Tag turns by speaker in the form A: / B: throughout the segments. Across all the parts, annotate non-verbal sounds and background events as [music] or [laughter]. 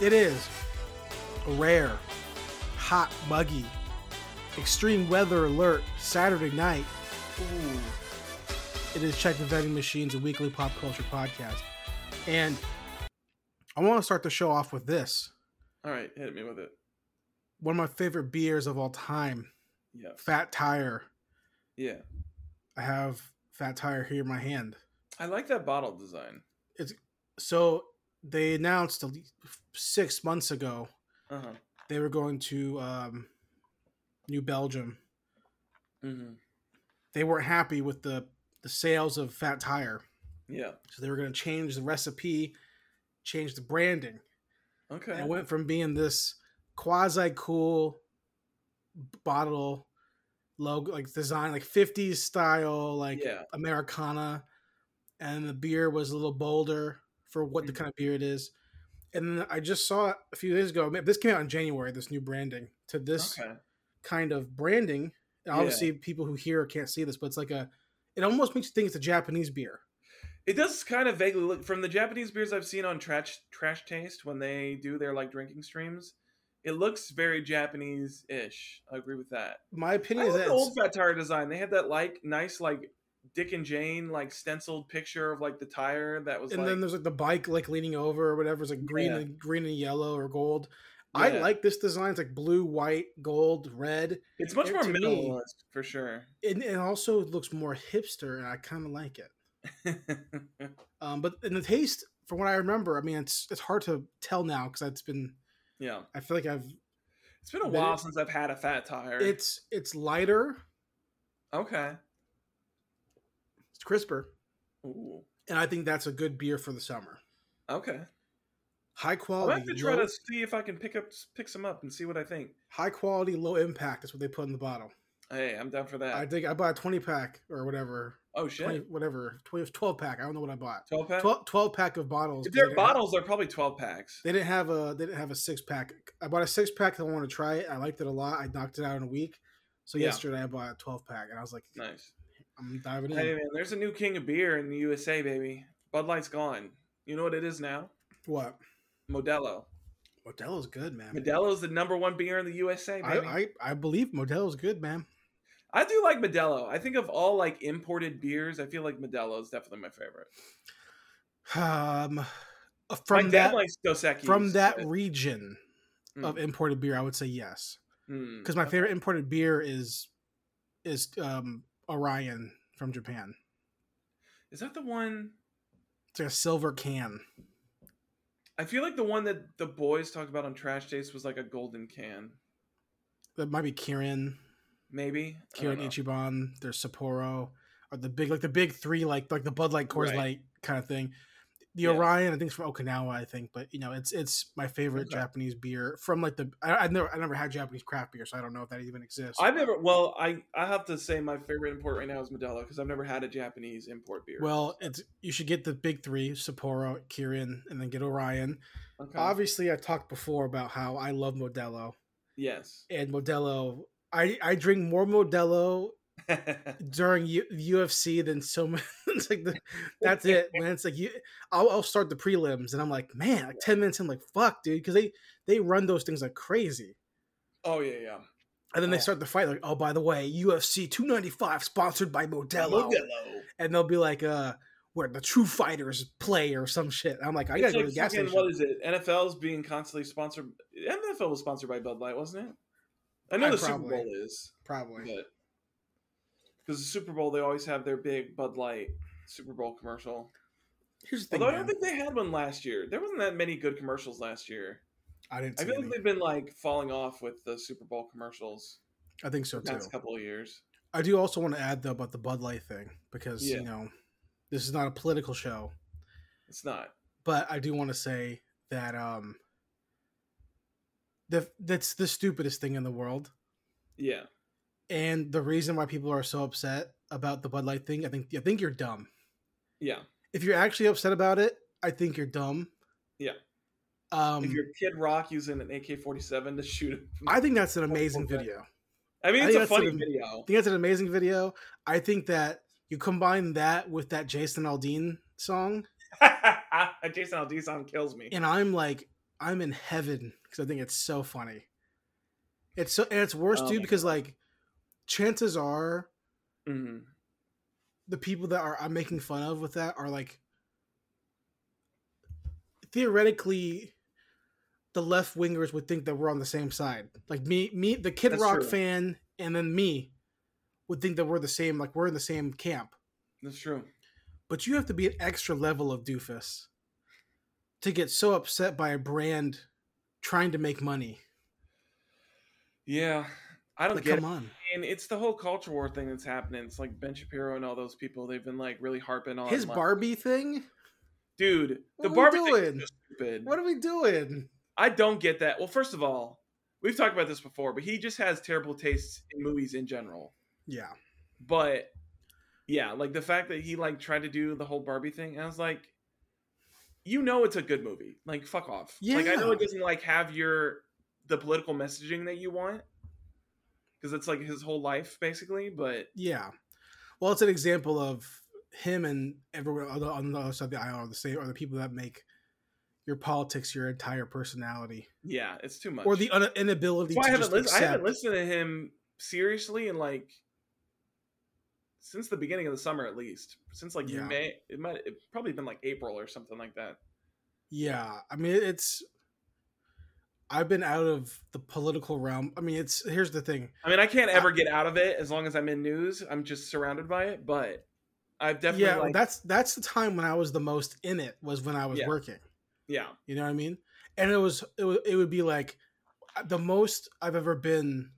A: It is rare, hot, muggy, extreme weather alert Saturday night.
B: Ooh.
A: It is Check the Vending Machines, a weekly pop culture podcast. And I want to start the show off with this
B: All right, hit me with it.
A: one of my favorite beers of all time,
B: Yeah.
A: Fat Tire.
B: Yeah.
A: I have Fat Tire here in my hand.
B: I like that bottle design.
A: So they announced a- six months ago
B: Uh-huh.
A: they were going to um, New Belgium.
B: Mm-hmm.
A: They weren't happy with the, the sales of Fat Tire.
B: Yeah.
A: So they were going to change the recipe, change the branding.
B: Okay.
A: And it went from being this quasi cool bottle logo, like design, like 50s style, like
B: yeah.
A: Americana. And the beer was a little bolder for what
B: Mm-hmm.
A: the kind of beer it is. And then I just saw a few days ago, this came out in January, this new branding to this
B: Okay.
A: kind of branding. And
B: Yeah.
A: obviously, people who hear can't see this, but it's like a, it almost makes you think it's a Japanese beer.
B: It does kind of vaguely look from the Japanese beers I've seen on Trash Trash Taste when they do their like drinking streams. It looks very Japanese-ish. I agree with that.
A: My opinion
B: I
A: is
B: love
A: that
B: the
A: it's-
B: old Fat Tire design. They had that like nice like Dick and Jane like stenciled picture of like the tire that was
A: and
B: like
A: then there's like the bike like leaning over or whatever it's like green
B: Yeah.
A: and green and yellow or gold i
B: Yeah.
A: like this design it's like blue white gold red
B: it's much
A: it
B: more
A: to me-
B: minimalist for sure. [laughs]
A: and it also looks more hipster and i kind of like it um but in the taste from what i remember i mean it's it's hard to tell now because it's been
B: yeah.
A: i feel like i've
B: It's been a
A: But
B: while
A: it-
B: since I've had a fat tire.
A: it's it's lighter
B: okay.
A: it's crisper
B: Ooh.
A: and i think that's a good beer for the summer
B: Okay.
A: high
B: I'll
A: quality
B: have to try
A: low,
B: to see if I can pick up pick some up and see what I think.
A: high quality low impact is what they put in the bottle
B: Hey, I'm down for that.
A: i think i bought a 20 pack or whatever
B: oh
A: 20,
B: shit.
A: whatever 20, 12 pack i don't know what i bought
B: Twelve pack.
A: 12, 12 pack of bottles.
B: If
A: They
B: they're
A: didn't have-
B: bottles, they're probably twelve packs.
A: They didn't have a they didn't have a six pack. I bought a six pack. 'cause I want to try it. I liked it a lot. I knocked it out in a week. So
B: Yeah.
A: yesterday I bought a twelve pack, and I was like,
B: Nice.
A: I'm diving in.
B: Hey man, there's a new king of beer in the USA, baby. Bud Light's gone. You know what it is now?
A: What?
B: Modelo.
A: Modelo's good, man.
B: Modelo's the number one beer in the USA,
A: I,
B: baby. I,
A: I I believe Modelo's good, man.
B: do like Modelo. I think of all like imported beers, I feel like Modelo is definitely my favorite.
A: Um,
B: my
A: from
B: dad
A: that
B: likes Dos
A: from
B: Equis,
A: that
B: but-
A: region of
B: Mm,
A: imported beer, I would say yes,
B: mm,
A: because my
B: okay.
A: favorite imported beer is is um Orion from Japan.
B: is that the one
A: It's like a silver can.
B: I feel like the one that the boys talked about on Trash Days was like a golden can,
A: That might be Kirin.
B: maybe. I don't
A: Kirin
B: know.
A: Ichiban, there's Sapporo, or the big like the big three, like like the Bud Light, Coors
B: Right.
A: Light kind of thing. The
B: Yeah.
A: Orion, I think, is from Okinawa, I think, but you know, it's it's my favorite
B: Okay.
A: Japanese beer from like the I, I never I never had Japanese craft beer, so I don't know if that even exists.
B: I've never. Well, I I have to say my favorite import right now is Modelo because I've never had a Japanese import beer.
A: well, it's you should get the big three: Sapporo, Kirin, and then get Orion.
B: okay.
A: Obviously, I talked before about how I love Modelo,
B: yes. [laughs]
A: and Modelo. I I drink more Modelo during U- UFC than so many. [laughs] it's like the,
B: [laughs]
A: that's it, man. It's like you. I'll, I'll start the prelims, and I'm like, man, like ten minutes. in, I'm like, fuck, dude, because they they run those things like crazy,
B: oh yeah, yeah.
A: and then they
B: Oh.
A: start the fight. Like, oh, by the way, UFC 295 sponsored by Modelo, and they'll be like, uh, where the true fighters play or some shit. I'm like, I
B: It's
A: gotta
B: like
A: go to the gas
B: fucking-
A: station.
B: What is it? NFL's being constantly sponsored. NFL was sponsored by Bud Light, wasn't it? I know
A: I
B: the
A: probably-
B: Super Bowl is,
A: Probably.
B: but because the Super Bowl they always have their big Bud Light Super Bowl commercial.
A: Here's the thing,
B: Although I
A: man.
B: don't think they had one last year. There wasn't that many good commercials last year.
A: I didn't.
B: I
A: See
B: feel
A: any.
B: like they've been like falling off with the Super Bowl commercials
A: I think so
B: the
A: too.
B: past couple of years.
A: I do also want to add though about the Bud Light thing because
B: Yeah.
A: you know this is not a political show.
B: It's not.
A: but I do want to say that um the that's the stupidest thing in the world.
B: Yeah.
A: And the reason why people are so upset about the Bud Light thing, I think I think you're dumb.
B: Yeah.
A: If you're actually upset about it, I think you're dumb.
B: Yeah.
A: Um
B: if you're Kid Rock using an AK 47 to shoot [laughs] him. I,
A: I think that's an amazing video.
B: mean,
A: I
B: it's
A: think
B: a
A: that's
B: funny
A: an-
B: video.
A: I think that's an amazing video. I think that you combine that with that Jason Aldean song
B: [laughs] Jason Aldean kills me.
A: and I'm like I'm in heaven because I think it's so funny. It's so and it's worse
C: Oh
A: too
C: my
A: because like chances are
B: hmm
A: the people that are I'm making fun of with that are like theoretically the left wingers would think that we're on the same side. Like me me the Kid
B: That's
A: Rock
B: true.
A: fan and then me would think that we're the same like we're in the same camp.
B: That's true.
A: But you have to be an extra level of doofus to get so upset by a brand trying to make money.
B: Yeah, I don't
A: Like
B: get
A: come on.
B: and it's the whole culture war thing that's happening. It's like Ben Shapiro and all those people. They've been like really harping on
A: His
B: like-
A: Barbie thing?
B: dude.
A: What
B: The
A: are we
B: Barbie thing is
A: doing?
B: just stupid.
A: What are we doing?
B: I don't get that. Well, first of all, we've talked about this before, but he just has terrible tastes in movies in general.
A: Yeah.
B: But yeah, like the fact that he like tried to do the whole Barbie thing, I was like, you know, it's a good movie. Like, fuck off. Like, I know
A: Yeah.
B: it doesn't like have your the political messaging that you want because it's like his whole life basically. But
A: Yeah. Well, it's an example of him and everyone on the, on the other side of the aisle are the same, are the people that make your politics your entire personality,
B: yeah, it's too much.
A: or the un- inability
B: Well, I
A: to
B: haven't
A: just
B: lis- I
A: accept.
B: haven't listened to him seriously in like since the beginning of the summer at least. Since like
A: Yeah.
B: May it might it probably been like April or something like that.
A: Yeah, I mean it's. I've been out of the political realm. I mean, it's here's the thing.
B: I mean I can't ever get out of it as long as I'm in news. I'm just surrounded by it, but I've definitely
A: yeah,
B: like,
A: that's that's the time when I was the most in it was when I was
B: Yeah.
A: working.
B: yeah.
A: You know what I mean? And it was it, wa- it would be like uh, the most I've ever been,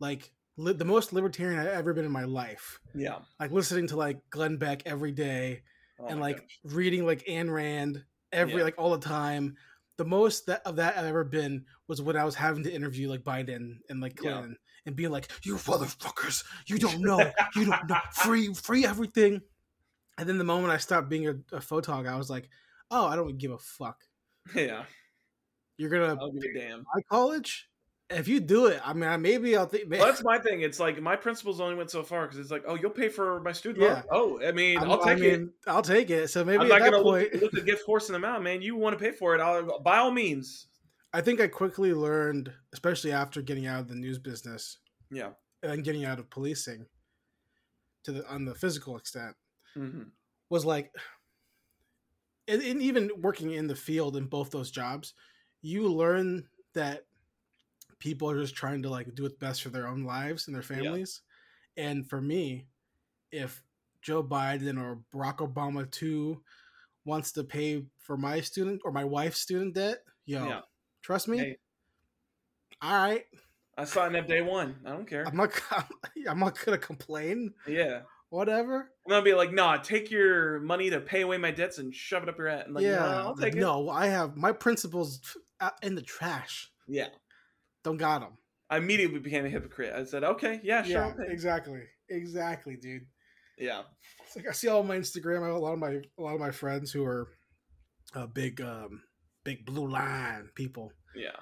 A: like li- the most libertarian I've ever been in my life.
B: Yeah.
A: Like listening to like Glenn Beck every day
B: Oh
A: and
B: my
A: like
B: God.
A: reading like Ayn Rand every
B: Yeah.
A: like all the time. The most that of that I've ever been was when I was having to interview like Biden and like
B: Yeah.
A: Clinton and being like, "You motherfuckers, you
B: [laughs]
A: don't know, you don't know, free, free everything." And then the moment I stopped being a, a photog, I was like, "Oh, I don't give a fuck."
B: [laughs] Yeah.
A: You're gonna [laughs]
B: I'll give a damn.
A: my college? If you do it, I mean, I- maybe I'll think. [laughs]
B: Well, that's my thing. It's like my principal's only went so far because it's like, oh, you'll pay for my student
A: Yeah.
B: loan. Oh, I mean,
A: I'm-
B: I'll
A: I
B: take it.
A: mean, I'll take it. So maybe
B: I'm
A: at
B: not
A: that [laughs]
B: gonna
A: point,
B: look, look a gift horse in the mouth, man. You want to pay for it? I'll, by all means.
A: I think I quickly learned, especially after getting out of the news business
B: Yeah.
A: and then getting out of policing, to the on the physical extent,
B: hmm
A: was like, and, and even working in the field in both those jobs, you learn that people are just trying to like do what's best for their own lives and their families. And for me, if Joe Biden or Barack Obama too wants to pay for my student or my wife's student debt, yo,
B: Yeah.
A: trust me.
B: Hey.
A: All right,
B: I signed up day one. I don't care.
A: I'm not. I'm not gonna [laughs] complain.
B: yeah.
A: Whatever.
B: And I'll be like, nah, take your money to pay away my debts and shove it up your ass. And like,
A: yeah,
B: yeah, I'll
A: like,
B: take it.
A: no, I have my principles out in the trash.
B: Yeah.
A: Don't got them.
B: I immediately became a hypocrite. I said, okay, yeah, sure. I'll take it."
A: exactly, exactly, dude.
B: Yeah.
A: It's like I see all my Instagram. I have A lot of my a lot of my friends who are uh, big, um, big blue line people.
B: Yeah.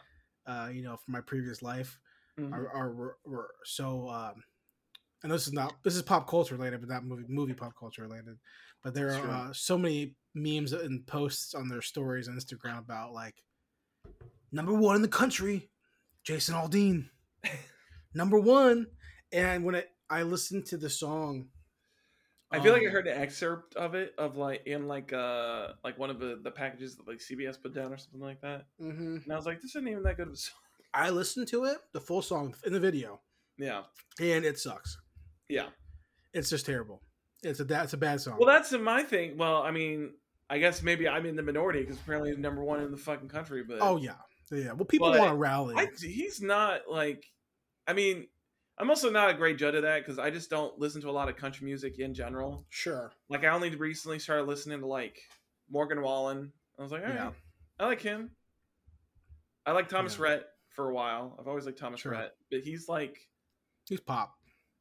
A: Uh, you know, from my previous life,
B: Mhm.
A: are, are were, were so. Um, and this is not this is pop culture related, but not movie movie pop culture related. But there
B: Sure.
A: are uh, so many memes and posts on their stories on Instagram about like number one in the country, Jason
B: [laughs]
A: Aldean, number one. And when it, I listened to the song,
B: I feel like I
A: um,
B: heard an excerpt of it of like in like uh like one of the, the packages that like CBS put down or something like that.
A: mhm,
B: And I was like, this isn't even that good of a song.
A: I listened to it, the full song in the video,
B: Yeah.
A: and it sucks.
B: Yeah.
A: It's just terrible. It's a that's a bad song.
B: Well, that's my thing. Well, I mean, I guess maybe I'm in the minority because apparently he's number one in the fucking country. But
A: oh yeah, yeah. Well, people
B: But
A: want to rally.
B: I, he's not like, I mean, I'm also not a great judge of that because I just don't listen to a lot of country music in general.
A: sure.
B: Like I only recently started listening to like Morgan Wallen. I was like, all right,
A: Yeah.
B: I like him. I like Thomas
A: Yeah.
B: Rhett for a while. I've always liked Thomas
A: Sure.
B: Rhett, but he's like
A: He's pop,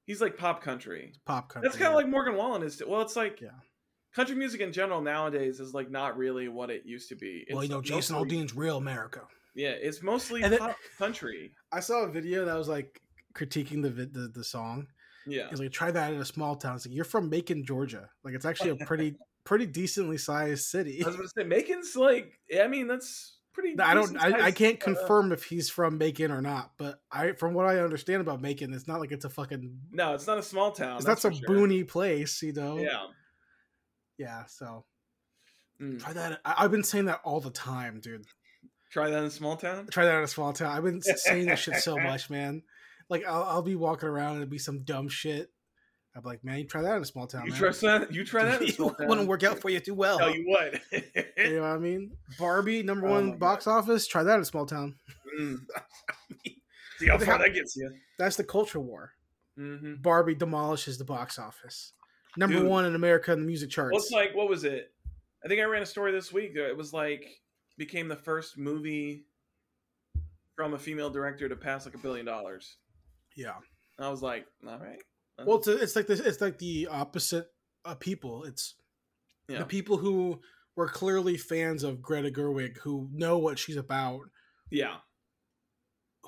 B: he's like pop country.
A: pop country.
B: That's kind of like Morgan Wallen is. Well, it's like
A: Yeah.
B: country music in general nowadays is like not really what it used to be.
A: well, you
B: It's
A: know, Jason
B: mostly-
A: Aldean's real America.
B: Yeah, it's mostly
A: And then-
B: pop country.
A: I saw a video that was like critiquing the vid- the, the song.
B: Yeah,
A: It's like try that in a small town. It's like you're from Macon, Georgia. Like
B: [laughs]
A: [laughs] it's actually a pretty pretty decently sized city.
B: I was gonna say Macon's like I mean that's
A: [laughs]
B: pretty.
A: I don't.
B: decent-sized,
A: I, I can't
B: uh,
A: confirm if he's from Macon or not, but I, from what I understand about Macon, it's not like it's a fucking.
B: No, it's not a small town.
A: It's not
B: that's
A: some
B: for sure.
A: boony place, you know.
B: Yeah.
A: Yeah. So
B: Mm.
A: try that. I, I've been saying that all the time, dude.
B: Try that in a
A: [laughs]
B: small town.
A: Try that in a small town. I've been saying this shit [laughs] so much, man. Like I'll, I'll be walking around and it'd be some dumb shit. I'm like, man, you try that in a small town.
B: you
A: man.
B: trust that? You try
A: [laughs]
B: that in a
A: It
B: small town.
A: wouldn't work out for you too well.
B: Tell
A: [laughs]
B: you what. [laughs]
A: You know what I mean? Barbie number
B: Oh
A: one
B: my
A: box office. Try that in a small town. [laughs]
B: Mm. See how
A: They
B: far
A: have-
B: that gets you.
A: That's the culture war.
B: hmm
A: Barbie demolishes the box office. Number
B: Dude.
A: one in America in the music charts.
B: What's like? What was it? I think I ran a story this week. uh, It was like became the first movie from a female director to pass like a billion dollars.
A: yeah.
B: And I was like, all right. uh,
A: Well, it's, it's like this. It's like the opposite of people. It's
B: yeah.
A: the people who were clearly fans of Greta Gerwig, who know what she's about,
B: yeah.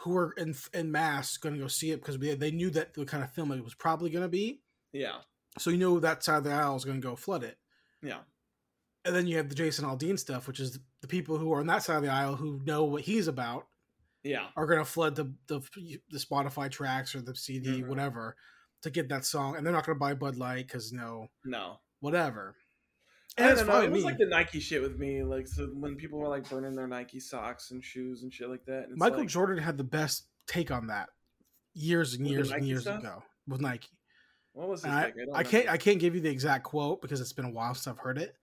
A: who are in in mass going to go see it because they, they knew that the kind of film it was probably going to be.
B: Yeah.
A: So you know that side of the aisle is going to go flood it.
B: Yeah.
A: And then you have the Jason Aldean stuff, which is the people who are on that side of the aisle who know what he's about
B: Yeah.
A: are going to flood the, the the Spotify tracks or the CD,
B: Mhm.
A: whatever, to get that song, and they're not going to buy Bud Light because no,
B: No.
A: whatever. And
B: I
A: that's
B: don't know.
A: fine
B: It
A: with
B: was
A: me.
B: like the Nike shit with me. Like so when people were like burning their Nike socks and shoes and shit like that. And it's
A: Michael
B: like,
A: Jordan had the best take on that years and
B: With the
A: years and
B: Nike
A: years
B: stuff?
A: ago with Nike.
B: What was his
A: And I,
B: pick? don't
A: I can't I
B: remember.
A: can't give you the exact quote because it's been a while since I've heard it.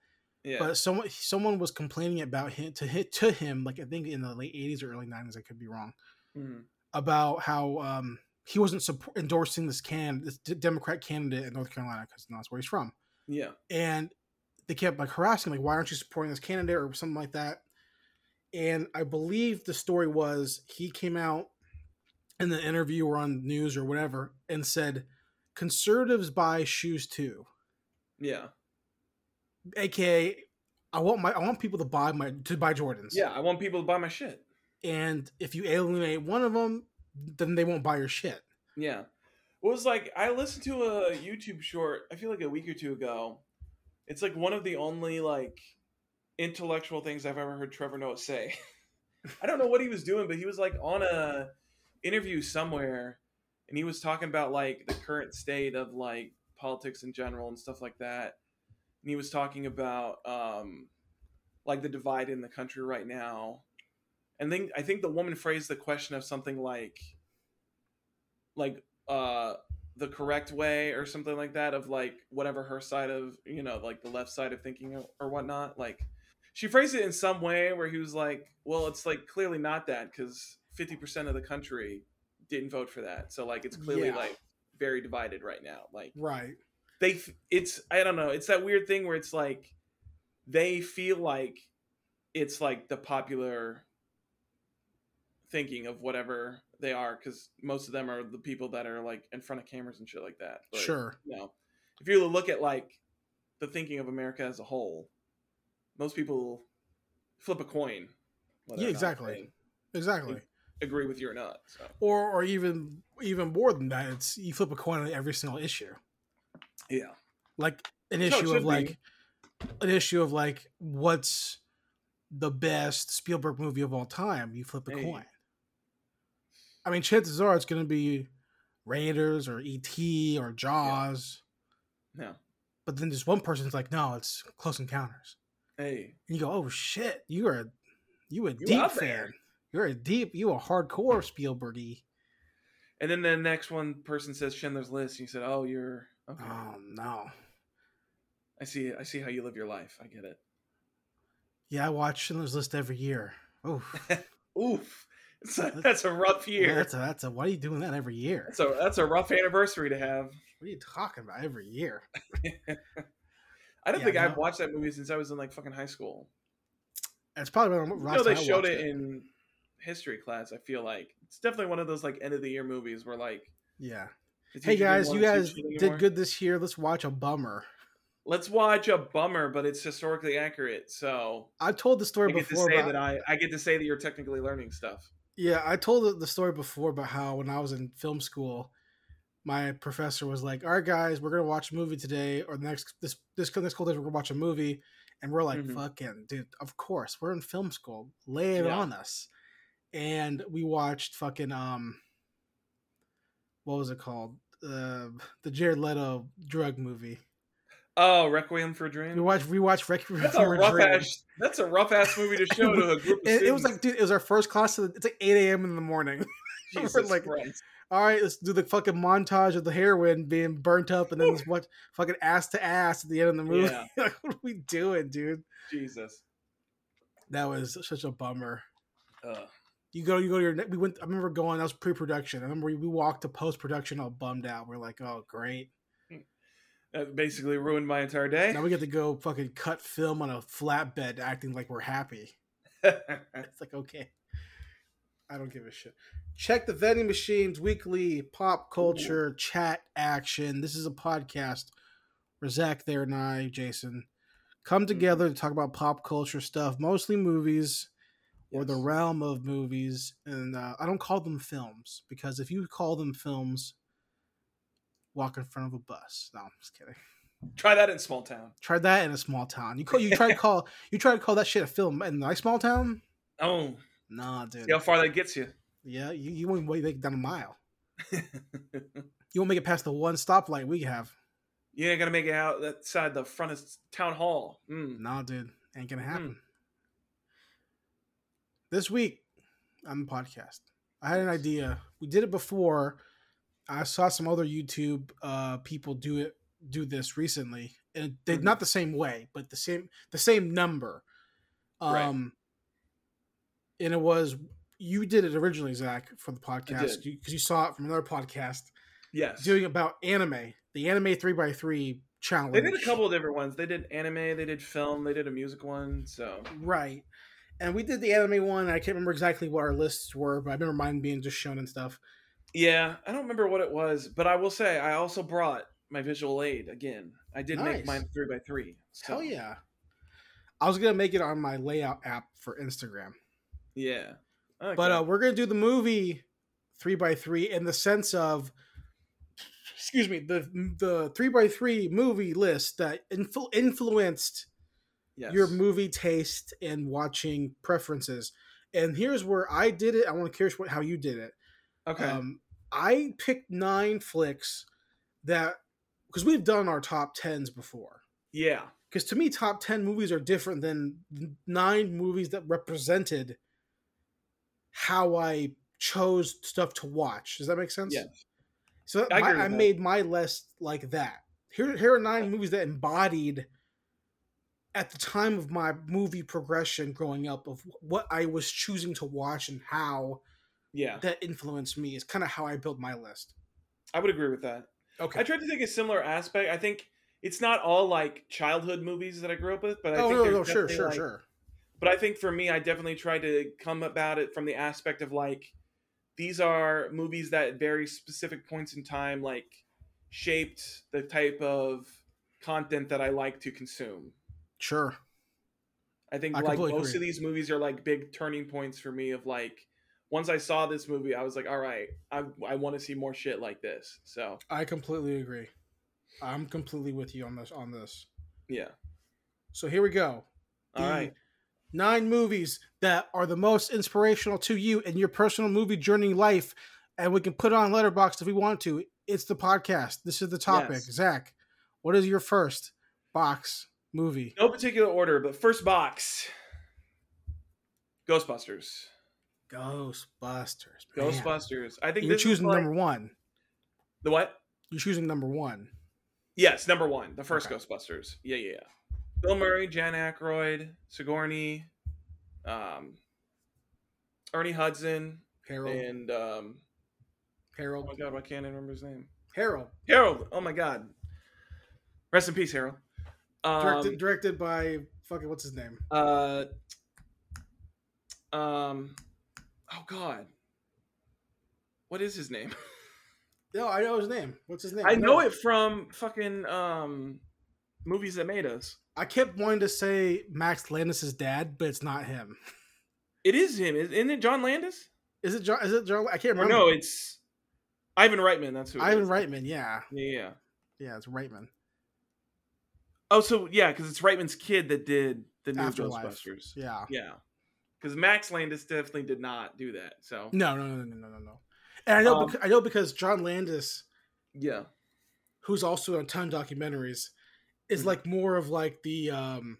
B: Yeah.
A: But someone someone was complaining about him to hit to him like I think in the late eighties or early nineties I could be wrong
B: Mhm.
A: about how um, he wasn't support, endorsing this can this d- Democrat candidate in North Carolina because that's where he's from.
B: Yeah.
A: and they kept like harassing like why aren't you supporting this candidate or something like that and i believe the story was he came out in the interview or on news or whatever and said conservatives buy shoes too
B: Yeah.
A: aka i want my i want people to buy my to buy jordans
B: Yeah. I want people to buy my shit.
A: and if you alienate one of them then they won't buy your shit
B: Yeah. It was like I listened to a YouTube short, I feel like a week or two ago. It's like one of the only like intellectual things I've ever heard Trevor Noah say. [laughs] I don't know what he was doing, but he was like on a interview somewhere and he was talking about like the current state of like politics in general and stuff like that. And he was talking about um like the divide in the country right now. And then I think the woman phrased the question of something like like uh the correct way or something like that of like whatever her side of you know like the left side of thinking or, or whatnot like she phrased it in some way where he was like well it's like clearly not that because 50% of the country didn't vote for that so like it's clearly
A: Yeah.
B: like very divided right now like
A: right
B: they f- it's i don't know it's that weird thing where it's like they feel like it's like the popular thinking of whatever they are because most of them are the people that are like in front of cameras and shit like that But,
A: sure
B: you know if you look at like the thinking of america as a whole most people flip a coin whether
A: Yeah,
B: or not
A: exactly.
B: they
A: exactly
B: agree with you or not so
A: or or even even more than that it's you flip a coin on every single issue
B: yeah
A: like an
B: No, it
A: issue
B: should
A: of
B: be.
A: like an issue of like what's the best Spielberg movie of all time? You flip a
B: Hey.
A: coin. I mean, chances are it's going to be Raiders or E.T. or Jaws,
B: no
A: but then just one person's like, "No, it's Close Encounters,"
B: hey
A: and you go, "Oh shit, you are a you a
B: You
A: deep
B: out
A: fan.
B: there."
A: You're a deep, you a hardcore Spielbergy."
B: and then the next one person says schindler's list and you said oh you're okay
A: Oh no,
B: I see. I see how you live your life. I get it.
A: yeah, I watch Schindler's List every year. Oh,
B: [laughs] Oof, it's a, that's a rough year.
A: that's a that's a. Why are you doing that every year?
B: That's a that's a rough anniversary to have.
A: What are you talking about? Every year.
B: I don't
A: Yeah,
B: think I've
A: no.
B: watched that movie since I was in like fucking high school.
A: It's probably when
B: You
A: last
B: know, they
A: time I
B: showed
A: watched
B: it, in history class. I feel like it's definitely one of those like end of the year movies where like,
A: Yeah. Hey
B: the teacher didn't
A: guys,
B: wanna
A: you
B: teach
A: guys
B: it anymore.
A: did good this year. Let's watch a bummer.
B: Let's watch a bummer, but it's historically accurate, so
A: I told the
B: I
A: story
B: get to
A: before.
B: say
A: About,
B: that I I get to say that you're technically learning stuff.
A: yeah, I told the- the story before about how when I was in film school, my professor was like, "All right, guys, we're gonna watch a movie today, or the next this this next couple days we're gonna watch a movie," and we're like,
B: Mhm.
A: "Fucking dude, of course we're in film school. Lay it
B: Yeah.
A: on us." And we watched fucking um, what was it called? Uh, the Jared Leto drug movie.
B: Oh, Requiem for a
A: We
B: Dream.
A: watched we watched Requiem
B: That's a
A: for a
B: rough
A: Dream.
B: ass. That's a rough ass movie to show to a group.
A: [laughs]
B: Of
A: It, it was
B: students.
A: like, dude, it was our first class. so It's like 8 a.m. in the morning. [laughs] we're
B: Jesus
A: like-
B: Christ.
A: All right, let's do the fucking montage of the heroin being burnt up and then just what fucking ass to ass at the end of the movie.
B: Yeah.
A: [laughs] like, what are we doing, dude?
B: Jesus.
A: That was such a bummer.
B: Uh,
A: You go, you go to your. ne- We went. I remember going. That was pre-production. I remember we, we walked to post-production all bummed out. We're like, oh great,
B: that basically ruined my entire day. [laughs]
A: now we get to go fucking cut film on a flatbed, acting like we're happy. It's like, okay. I don't give a shit. Check the vending machines weekly pop culture chat action. This is a podcast where Zach there and I, Jason, come together to talk about pop culture stuff, mostly movies or the
B: Yes.
A: realm of movies. And uh, I don't call them films because if you call them films, walk in front of a bus. No, I'm just kidding.
B: Try that in small town.
A: Try that in a small town. You call you try to call you try to call that shit a film in my small town?
B: Oh,
A: Nah, dude.
B: see how far that gets you. [laughs]
A: Yeah, you, you won't make it down a mile. You won't make it past the one stoplight we have.
B: you ain't gonna make it out outside the front of town hall. Mm.
A: Nah, dude, ain't gonna happen. This week on the podcast, I had an idea. We did it before. I saw some other YouTube uh, people do it, do this recently, and they
B: Mhm.
A: not the same way, but the same, the same number. Um,
B: Right.
A: and it was you did it originally, Zach, for the podcast because
B: did.
A: you, 'cause you saw it from another podcast.
B: Yes.
A: doing about anime, the anime three by three challenge.
B: They did a couple of different ones. They did anime, they did film, they did a music one. So
A: right? And we did the anime one. I can't remember exactly what our lists were, but I remember mine being just shown and stuff.
B: yeah, I don't remember what it was, but I will say I also brought my visual aid again. I did
A: Nice.
B: make mine three by three. So,
A: Hell yeah! I was gonna make it on my layout app for Instagram,
B: yeah. I like
A: but
B: that.
A: uh, we're gonna do the movie three by three in the sense of. Excuse me, the the three by three movie list that influ- influenced
B: yes.
A: your movie taste and watching preferences. And here's where I did it. I want to curious what, how you did it.
B: okay.
A: Um, I picked nine flicks that because we've done our top tens before.
B: yeah.
A: Because to me, top ten movies are different than nine movies that represented how I chose stuff to watch. Does that make sense?
B: Yeah.
A: So my-
B: I agree with
A: I
B: that.
A: made my list like that. Here, here are nine movies that embodied at the time of my movie progression growing up of what I was choosing to watch and how
B: Yeah.
A: that influenced me is kind of how I built my list.
B: I would agree with that. I
A: Okay.
B: tried to take a similar aspect. I think it's not all like childhood movies that I grew up with, but I
A: oh
B: think
A: no,
B: there's
A: no, sure,
B: definitely,
A: sure,
B: like-
A: sure.
B: But I think for me, I definitely tried to come about it from the aspect of like these are movies that at very specific points in time like shaped the type of content that I like to consume.
A: Sure.
B: I think
A: I
B: like
A: completely
B: most
A: agree.
B: of these movies are like big turning points for me of like once I saw this movie, I was like, all right, I I want to see more shit like this. So
A: I completely agree. I'm completely with you on this on this.
B: yeah,
A: So here we go.
B: all
A: The
B: right,
A: Nine movies that are the most inspirational to you in your personal movie journey life, and we can put it on Letterboxd if we want to. It's the podcast. This is the topic.
B: Yes.
A: Zach, what is your first box movie?
B: no particular order, but first box, Ghostbusters,
A: Ghostbusters. man.
B: Ghostbusters. I think
A: Oh, You're
B: this is,
A: choosing
B: like-
A: number one.
B: the what?
A: You're choosing number one.
B: Yes, number one, the first
A: Okay.
B: Ghostbusters. Yeah, yeah, yeah. Bill Murray, Jan Aykroyd, Sigourney, um, Ernie Hudson,
A: Harold.
B: and um, oh
A: Harold.
B: my god, why can't I remember his name?
A: Harold.
B: Harold. Oh my god. Rest in peace, Harold. Um,
A: Directed directed by fucking what's his name?
B: uh, um, oh god, what is his name?
A: No, I know his name. What's his name?
B: I know it from fucking um, movies that made us.
A: I kept wanting to say Max Landis' dad, but it's not him.
B: It is him, isn't it? John Landis?
A: Is it John? Is it John? I can't
B: Or
A: remember.
B: no, it's Ivan Reitman. That's who. it
A: Ivan
B: is.
A: Reitman, yeah,
B: Yeah, yeah.
A: yeah, it's Reitman.
B: Oh, so yeah, because it's Reitman's kid that did the new
A: Afterlife.
B: Ghostbusters.
A: Yeah,
B: Yeah, because Max Landis definitely did not do that. So
A: no, no, no, no, no, no, no. And I know,
B: Um,
A: bec- I know, because John Landis,
B: yeah,
A: who's also on ton of documentaries, is
B: Mhm.
A: like more of like the. um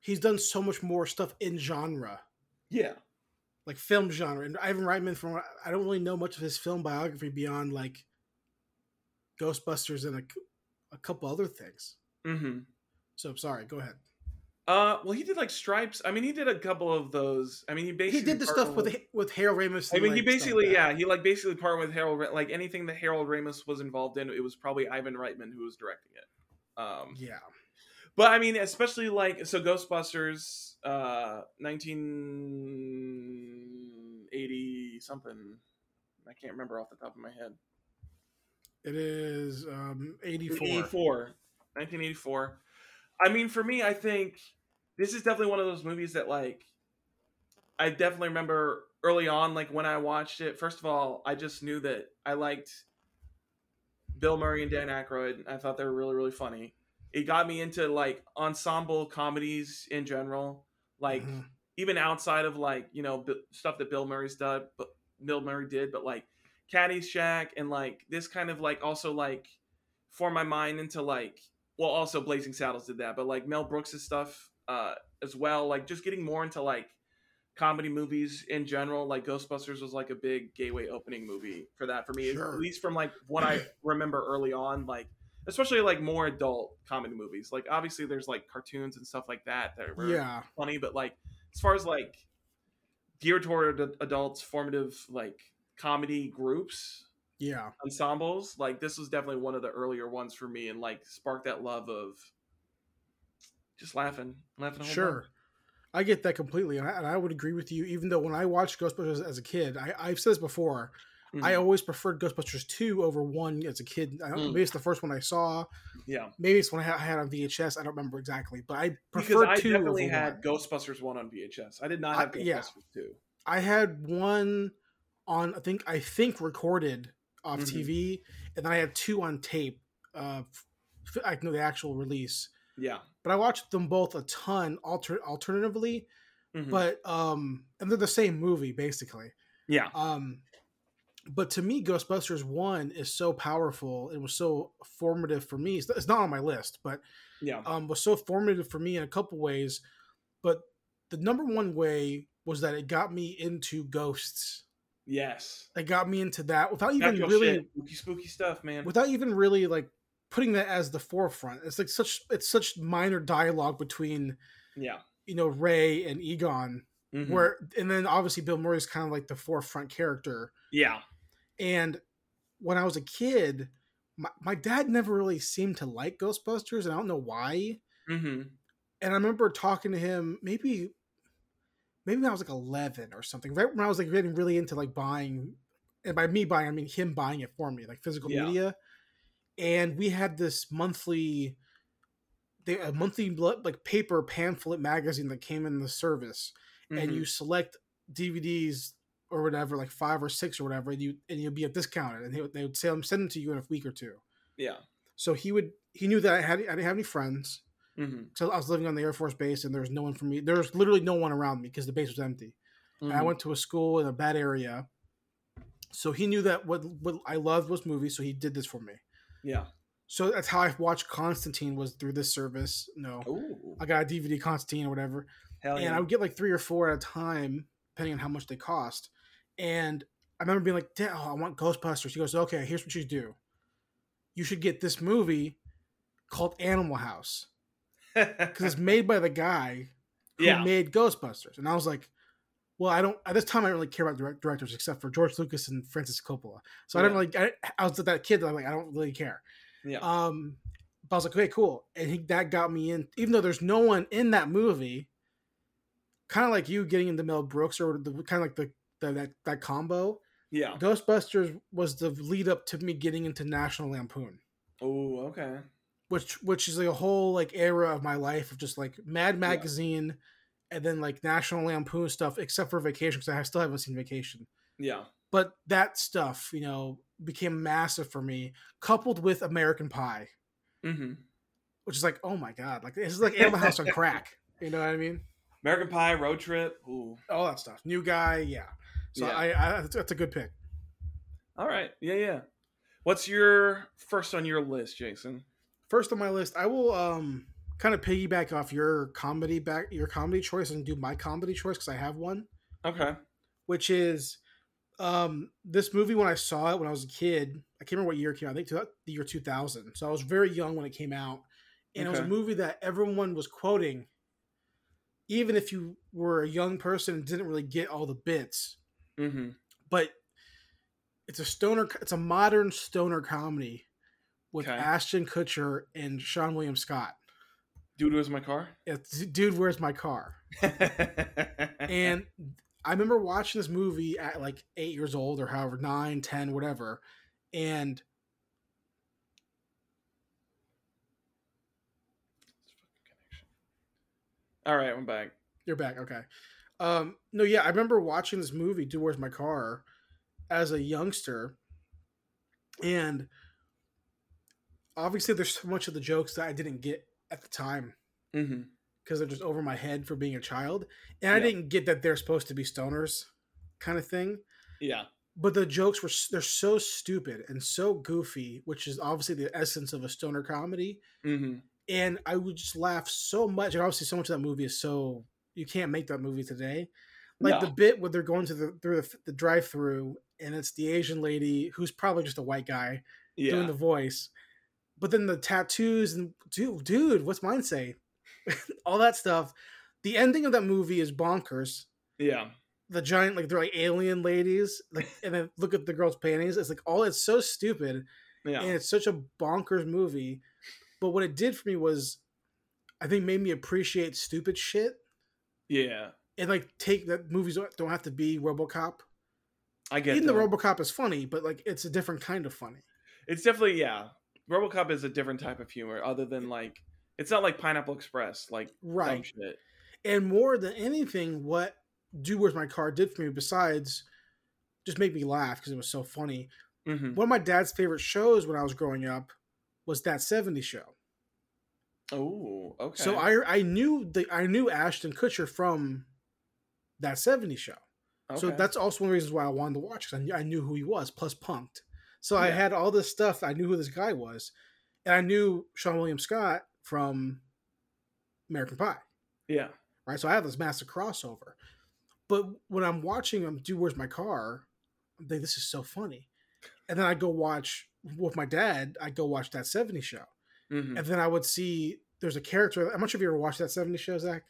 A: He's done so much more stuff in genre,
B: yeah,
A: like film genre, and Ivan Reitman. From what- I don't really know much of his film biography beyond like Ghostbusters and a, c- a couple other things.
B: hmm
A: So sorry, go ahead.
B: Uh, well, he did like Stripes. I mean, he did a couple of those. I mean, he basically
A: He did the stuff
B: partnered
A: with with Harold Ramis.
B: I
A: and,
B: mean, he
A: like, stuff
B: basically,
A: like that.
B: yeah, he like basically partnered with Harold, Ra- like anything that Harold Ramis was involved in, it was probably Ivan Reitman who was directing it. Um,
A: yeah.
B: but I mean, especially like so Ghostbusters, uh, nineteen eighty something. I can't remember off the top of my head.
A: It is um, 84.
B: 1984. I mean, for me, I think this is definitely one of those movies that, like, I definitely remember early on, like, when I watched it. First of all, I just knew that I liked Bill Murray and Dan Aykroyd. I thought they were really, really funny. It got me into, like, ensemble comedies in general. Like,
A: Mhm.
B: even outside of like you know b- stuff that Bill Murray's done, but Bill Murray did, but like Caddyshack and like this kind of like also like form my mind into like well also Blazing Saddles did that, but like Mel Brooks' stuff uh, as well. Like just getting more into like comedy movies in general. Like Ghostbusters was like a big gateway opening movie for that for me,
A: Sure.
B: at least from like what
A: [clears throat]
B: I remember early on. Like especially like more adult comedy movies. Like obviously there's like cartoons and stuff like that that were
A: yeah.
B: funny, but like as far as like geared toward ad- adults, formative like comedy groups,
A: Yeah.
B: ensembles, like this was definitely one of the earlier ones for me, and like sparked that love of just laughing, laughing. a whole
A: Sure.
B: bunch.
A: I get that completely. And I, and I would agree with you, even though when I watched Ghostbusters as a kid, I, I've said this before,
B: Mhm.
A: I always preferred Ghostbusters 2 over 1 as a kid. I don't,
B: Mm.
A: Maybe it's the first one I saw.
B: yeah,
A: Maybe it's one I had, I had on VHS. I don't remember exactly, but I
B: because
A: preferred
B: I
A: 2 over
B: definitely
A: 1.
B: had Ghostbusters one on VHS. I did not
A: I-
B: have Ghostbusters
A: yeah.
B: two.
A: I had one on I think I think recorded off
B: Mhm.
A: TV, and then I had two on tape. Uh, f- I know the actual release,
B: Yeah,
A: but I watched them both a ton alter alternatively.
B: Mhm.
A: But um, and they're the same movie basically.
B: yeah,
A: Um, but to me, Ghostbusters one is so powerful. It was so formative for me. It's, it's not on my list, but
B: yeah,
A: um, was so formative for me in a couple ways. But the number one way was that it got me into ghosts
B: yes.
A: that got me into that without even
B: Actual
A: really
B: shit. spooky, spooky stuff, man.
A: without even really like putting that as the forefront. It's like such it's such minor dialogue between
B: yeah,
A: you know Ray and Egon,
B: Mhm.
A: where and then obviously Bill Murray's kind of like the forefront character.
B: yeah,
A: And when I was a kid, my, my dad never really seemed to like Ghostbusters, and I don't know why.
B: hmm
A: And I remember talking to him maybe maybe when I was like eleven or something, right when I was like getting really into like buying and by me buying I mean him buying it for me, like physical
B: Yeah.
A: media. And we had this monthly they a monthly bl- like paper pamphlet magazine that came in the service
B: Mm-hmm.
A: and you select DVDs or whatever, like five or six or whatever, and you and you'd be at discounted and they would, they would say, send them to you in a week or two.
B: yeah,
A: So he would he knew that I had I didn't have any friends
B: hmm
A: so I was living on the Air Force base, and there was no one for me. There was literally no one around me because the base was empty. And I
B: Mm-hmm. Mm.
A: went to a school in a bad area, so he knew that what what I loved was movies, so he did this for me.
B: yeah.
A: So that's how I watched Constantine was through this service. No,
B: Ooh,
A: I got a DVD Constantine or whatever,
B: hell
A: and I would get like three or four at a time, depending on how much they cost. And I remember being like, "Dad, oh, I want Ghostbusters." He goes, "Okay, here's what you do. You should get this movie called Animal House
B: [laughs]
A: because it's made by the guy who
B: yeah.
A: made Ghostbusters. And I was like, well, I don't at this time I didn't really care about direct, directors except for George Lucas and Francis Coppola. So I
B: Yeah.
A: didn't really I, I was that kid that I'm like, I don't really care.
B: Yeah.
A: Um but I was like, okay, cool. And he, that got me in, even though there's no one in that movie, kind of like you getting into Mel Brooks or the kind of like the, the that that combo.
B: yeah.
A: Ghostbusters was the lead up to me getting into National Lampoon
B: Oh, okay.
A: which which is like a whole like era of my life of just like Mad Magazine, and then like National Lampoon stuff, except for Vacation because I still haven't seen Vacation.
B: Yeah.
A: But that stuff, you know, became massive for me, coupled with American Pie,
B: Mm-hmm.
A: which is like, oh my god, like this is like Animal House on crack. You know what I mean?
B: American Pie, Road Trip. Ooh.
A: All that stuff. New guy, yeah. So
B: Yeah.
A: I, I, that's a good pick.
B: All right. Yeah, yeah. What's your first on your list, Jason?
A: First on my list, I will um kind of piggyback off your comedy back your comedy choice and do my comedy choice because I have one.
B: Okay.
A: which is um this movie when I saw it when I was a kid. I can't remember what year it came out. I think two- the year 2000. So I was very young when it came out, and it was a
B: Okay.
A: movie that everyone was quoting. Even if you were a young person and didn't really get all the bits,
B: Mm-hmm.
A: but it's a stoner. It's a modern stoner comedy with
B: Okay.
A: Ashton Kutcher and Sean William Scott.
B: Dude was my car.
A: It's dude, where's my car? and I remember watching this movie at like eight years old or however, nine, ten, whatever. And
B: [laughs] All right, I'm back.
A: you're back. Okay. Um, no, yeah, I remember watching this movie, Do Where's My Car, as a youngster. And obviously, there's so much of the jokes that I didn't get at the time
B: Mm-hmm.
A: because they're just over my head for being a child. And I
B: Yeah.
A: didn't get that they're supposed to be stoners kind of thing.
B: Yeah.
A: but the jokes were s- they're so stupid and so goofy which is obviously the essence of a stoner comedy
B: Mm-hmm.
A: and i would just laugh so much and obviously so much of that movie is so you can't make that movie today like the bit where they're going to the through the, the drive through and it's the asian lady who's probably just a white guy
B: yeah.
A: doing the voice but then the tattoos and dude, dude what's mine say [laughs] all that stuff the ending of that movie is bonkers
B: yeah.
A: the giant like they're like alien ladies like and then look at the girl's panties it's like all it's so stupid
B: Yeah.
A: and it's such a bonkers movie but what it did for me was i think made me appreciate stupid shit
B: yeah.
A: and like take that movies don't- don't have to be robocop
B: I get
A: even the
B: that.
A: robocop is funny but like it's a different kind of funny
B: It's definitely yeah. RoboCop is a different type of humor, other than like it's not like Pineapple Express, like dumb
A: right
B: shit.
A: and more than anything what do where's my car did for me besides just make me laugh because it was so funny
B: Mm-hmm.
A: one of my dad's favorite shows when i was growing up was that 70s show
B: Oh, okay.
A: So I I knew the I knew Ashton Kutcher from that 70s show. So
B: Okay.
A: that's also one of the reasons why I wanted to watch because I, knew- I knew who he was, plus punked. So I
B: Yeah.
A: had all this stuff. I knew who this guy was, and I knew Sean William Scott from American Pie,
B: yeah.
A: right? So I have this massive crossover. But when I'm watching him do Where's My Car, I'm thinking this is so funny. And then I go watch with my dad. I go watch that 70s show,
B: hmm
A: and then I would see there's a character. I'm not sure if you ever watched that 70s show, Zach.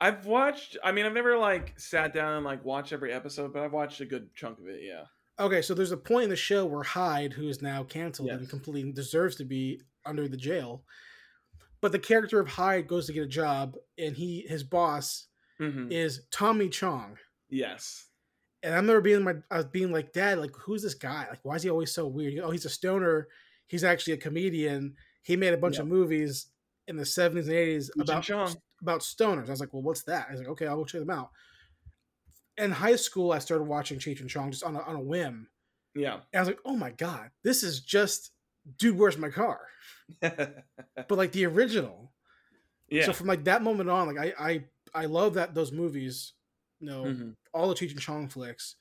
B: I've watched. I mean, I've never like sat down and like watched every episode, but I've watched a good chunk of it. Yeah.
A: Okay, so there's a point in the show where Hyde, who is now canceled and
B: Yes.
A: completely deserves to be under the jail, but the character of Hyde goes to get a job, and he his boss
B: Mm-hmm.
A: is Tommy Chong.
B: Yes.
A: And I remember being my I was being like, Dad, like who's this guy? Like why is he always so weird? He- Oh, he's a stoner. He's actually a comedian. He made a bunch of movies in the 70s and 80s
B: Cheech and
A: about
B: Chong.
A: about stoners. I was like, well, what's that? I was like, okay, I'll go check them out. In high school, I started watching Cheech and Chong just on a, on a whim.
B: [laughs] Yeah.
A: And I was like, oh my God, this is just dude, where's my car? But like the original.
B: yeah.
A: So from like that moment on, like I I I love that those movies, you know,
B: hmm
A: all the Cheech and Chong flicks.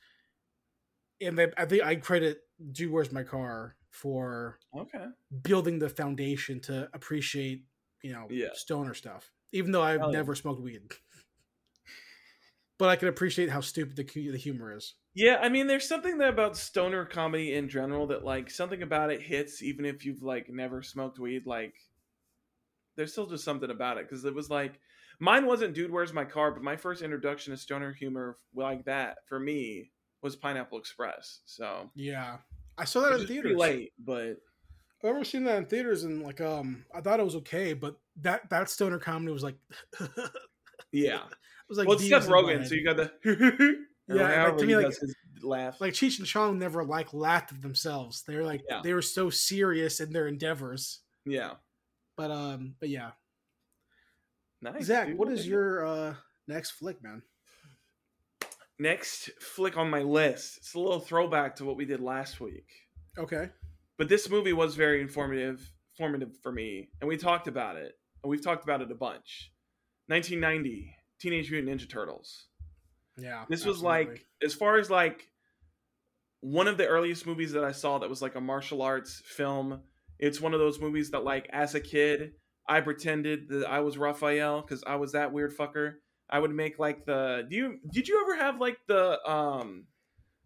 A: And they, I think I credit Dude Where's My Car for
B: Okay.
A: building the foundation to appreciate, you know,
B: Yeah.
A: stoner stuff. Even though I've
B: Hell yeah.
A: never smoked weed. [laughs] but I can appreciate how stupid the, cu- the humor is.
B: Yeah, I mean, there's something that about stoner comedy in general that like something about it hits, even if you've like never smoked weed. Like, there's still just something about it because it was like mine wasn't "Dude, where's my car?" But my first introduction to stoner humor like that for me was Pineapple Express. So
A: Yeah. I saw that
B: which
A: in
B: is pretty
A: theaters.
B: late, but
A: I've ever seen that in theaters and like um I thought it was okay, but that that stoner comedy was like [laughs] it
B: yeah.
A: was like
B: well, it's
A: the
B: Seth
A: reason why
B: Rogen,
A: I-
B: so you got [laughs] the
A: Yeah, like, to
B: however
A: me,
B: he
A: like-
B: does his laugh.
A: like Cheech and Chong never like laughed at themselves. They were like
B: Yeah.
A: they were so serious in their endeavors.
B: yeah,
A: But um but yeah.
B: nice.
A: Zach,
B: dude.
A: what is your uh next flick, man?
B: Next flick on my list. It's a little throwback to what we did last week.
A: Okay.
B: But this movie was very informative, formative for me, and we talked about it. And we've talked about it a bunch. 1990, Teenage Mutant Ninja Turtles.
A: Yeah.
B: This was
A: absolutely.
B: like as far as like one of the earliest movies that I saw that was like a martial arts film. It's one of those movies that like as a kid I pretended that I was Raphael because I was that weird fucker. I would make like the do you did you ever have like the um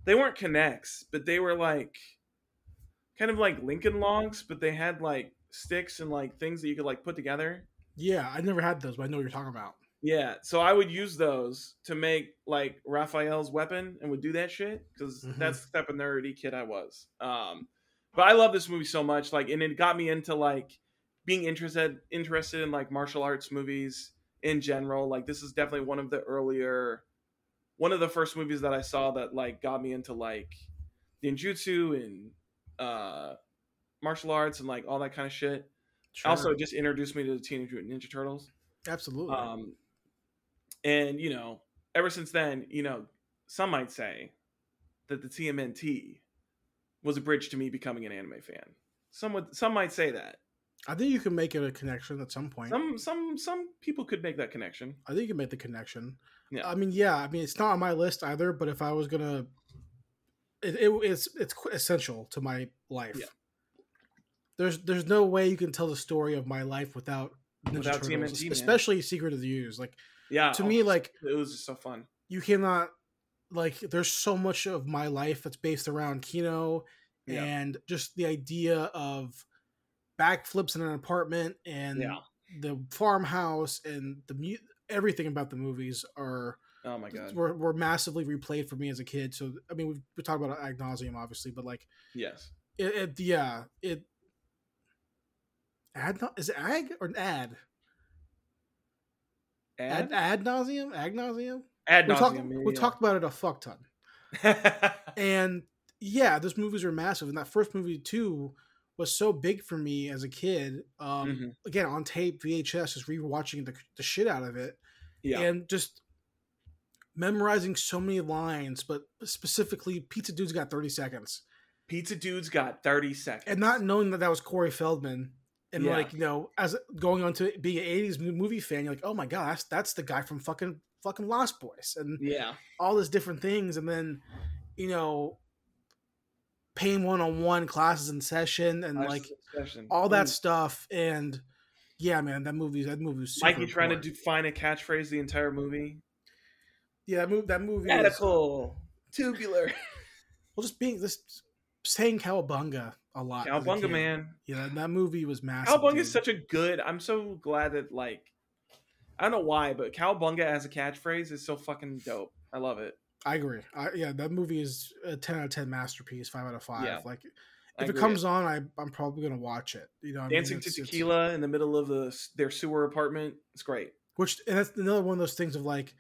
B: they weren't connects but they were like kind of like Lincoln logs but they had like sticks and like things that you could like put together.
A: Yeah, I never had those, but I know what you're talking about.
B: Yeah, so I would use those to make like Raphael's weapon and would do that shit because
A: Mhm.
B: that's the type of nerdy kid I was. Um, but I love this movie so much, like, and it got me into like being interested interested in like martial arts movies in general. Like, this is definitely one of the earlier, one of the first movies that I saw that like got me into like ninjutsu and uh, martial arts and like all that kind of shit.
A: Sure.
B: Also, just introduced me to the Teenage Mutant Ninja Turtles.
A: absolutely.
B: Um, and you know, ever since then, you know, some might say that the TMNT was a bridge to me becoming an anime fan. Some would, some might say that.
A: I think you can make it a connection at some point.
B: Some, some, some people could make that connection.
A: I think you can make the connection.
B: Yeah.
A: I mean, yeah. I mean, it's not on my list either, but if I was gonna, it, it it's it's qu- essential to my life.
B: Yeah.
A: There's there's no way you can tell the story of my life without Ninja
B: Without
A: Turtles,
B: TMNT, man.
A: especially Secret of the Use. Like
B: Yeah, oh,
A: to me, like
B: it was just so fun.
A: you cannot like there's so much of my life that's based around Kino
B: Yeah.
A: and just the idea of backflips in an apartment and
B: Yeah.
A: the farmhouse and the mu- everything about the movies are
B: Oh my god.
A: were, were massively replayed for me as a kid. So I mean, we've, we talked about it ad nauseum, obviously, but like
B: Yes.
A: it, it yeah, it ad nau- is it ag or an ad ad
B: Ad,
A: ad nauseum ad nauseum.
B: ad
A: We talked
B: nauseam,
A: we
B: yeah.
A: talked about it a fuck ton, and yeah, those movies are massive, and that first movie too was so big for me as a kid. Um,
B: Mhm.
A: Again, on tape, VHS, just rewatching the the shit out of it.
B: [laughs] Yeah.
A: and just memorizing so many lines, but specifically Pizza Dude's got 30 seconds
B: Pizza dude's got thirty seconds.
A: and not knowing that that was Corey Feldman. And
B: Yeah.
A: like, you know, as going on to being an 80s mo- movie fan, you're like, oh my gosh, that's the guy from fucking fucking Lost Boys and
B: Yeah.
A: all these different things. And then, you know, paying one on one classes in session and like all that
B: Mm.
A: stuff. And yeah, man, that movie, that movie was super
B: Mikey trying to
A: important.
B: do, find a catchphrase the entire movie.
A: Yeah, that movie, that movie. is-
B: Radical, tubular.
A: Well, just being this saying cowabunga a lot. as a
B: Cowabunga,
A: kid.
B: man.
A: Yeah, that, that movie was massive.
B: Cowabunga
A: dude.
B: is such a good. I'm so glad that like, I don't know why, but cowabunga as a catchphrase is so fucking dope. I love it.
A: I agree. I, yeah, that movie is a ten out of ten masterpiece. Five out of five.
B: Yeah,
A: like
B: I
A: if it
B: agree.
A: comes on, I I'm probably gonna watch it. You know, what I mean?
B: dancing
A: It's-
B: to
A: it's-
B: tequila in the middle of the their sewer apartment, it's great.
A: which and that's another one of those things of like,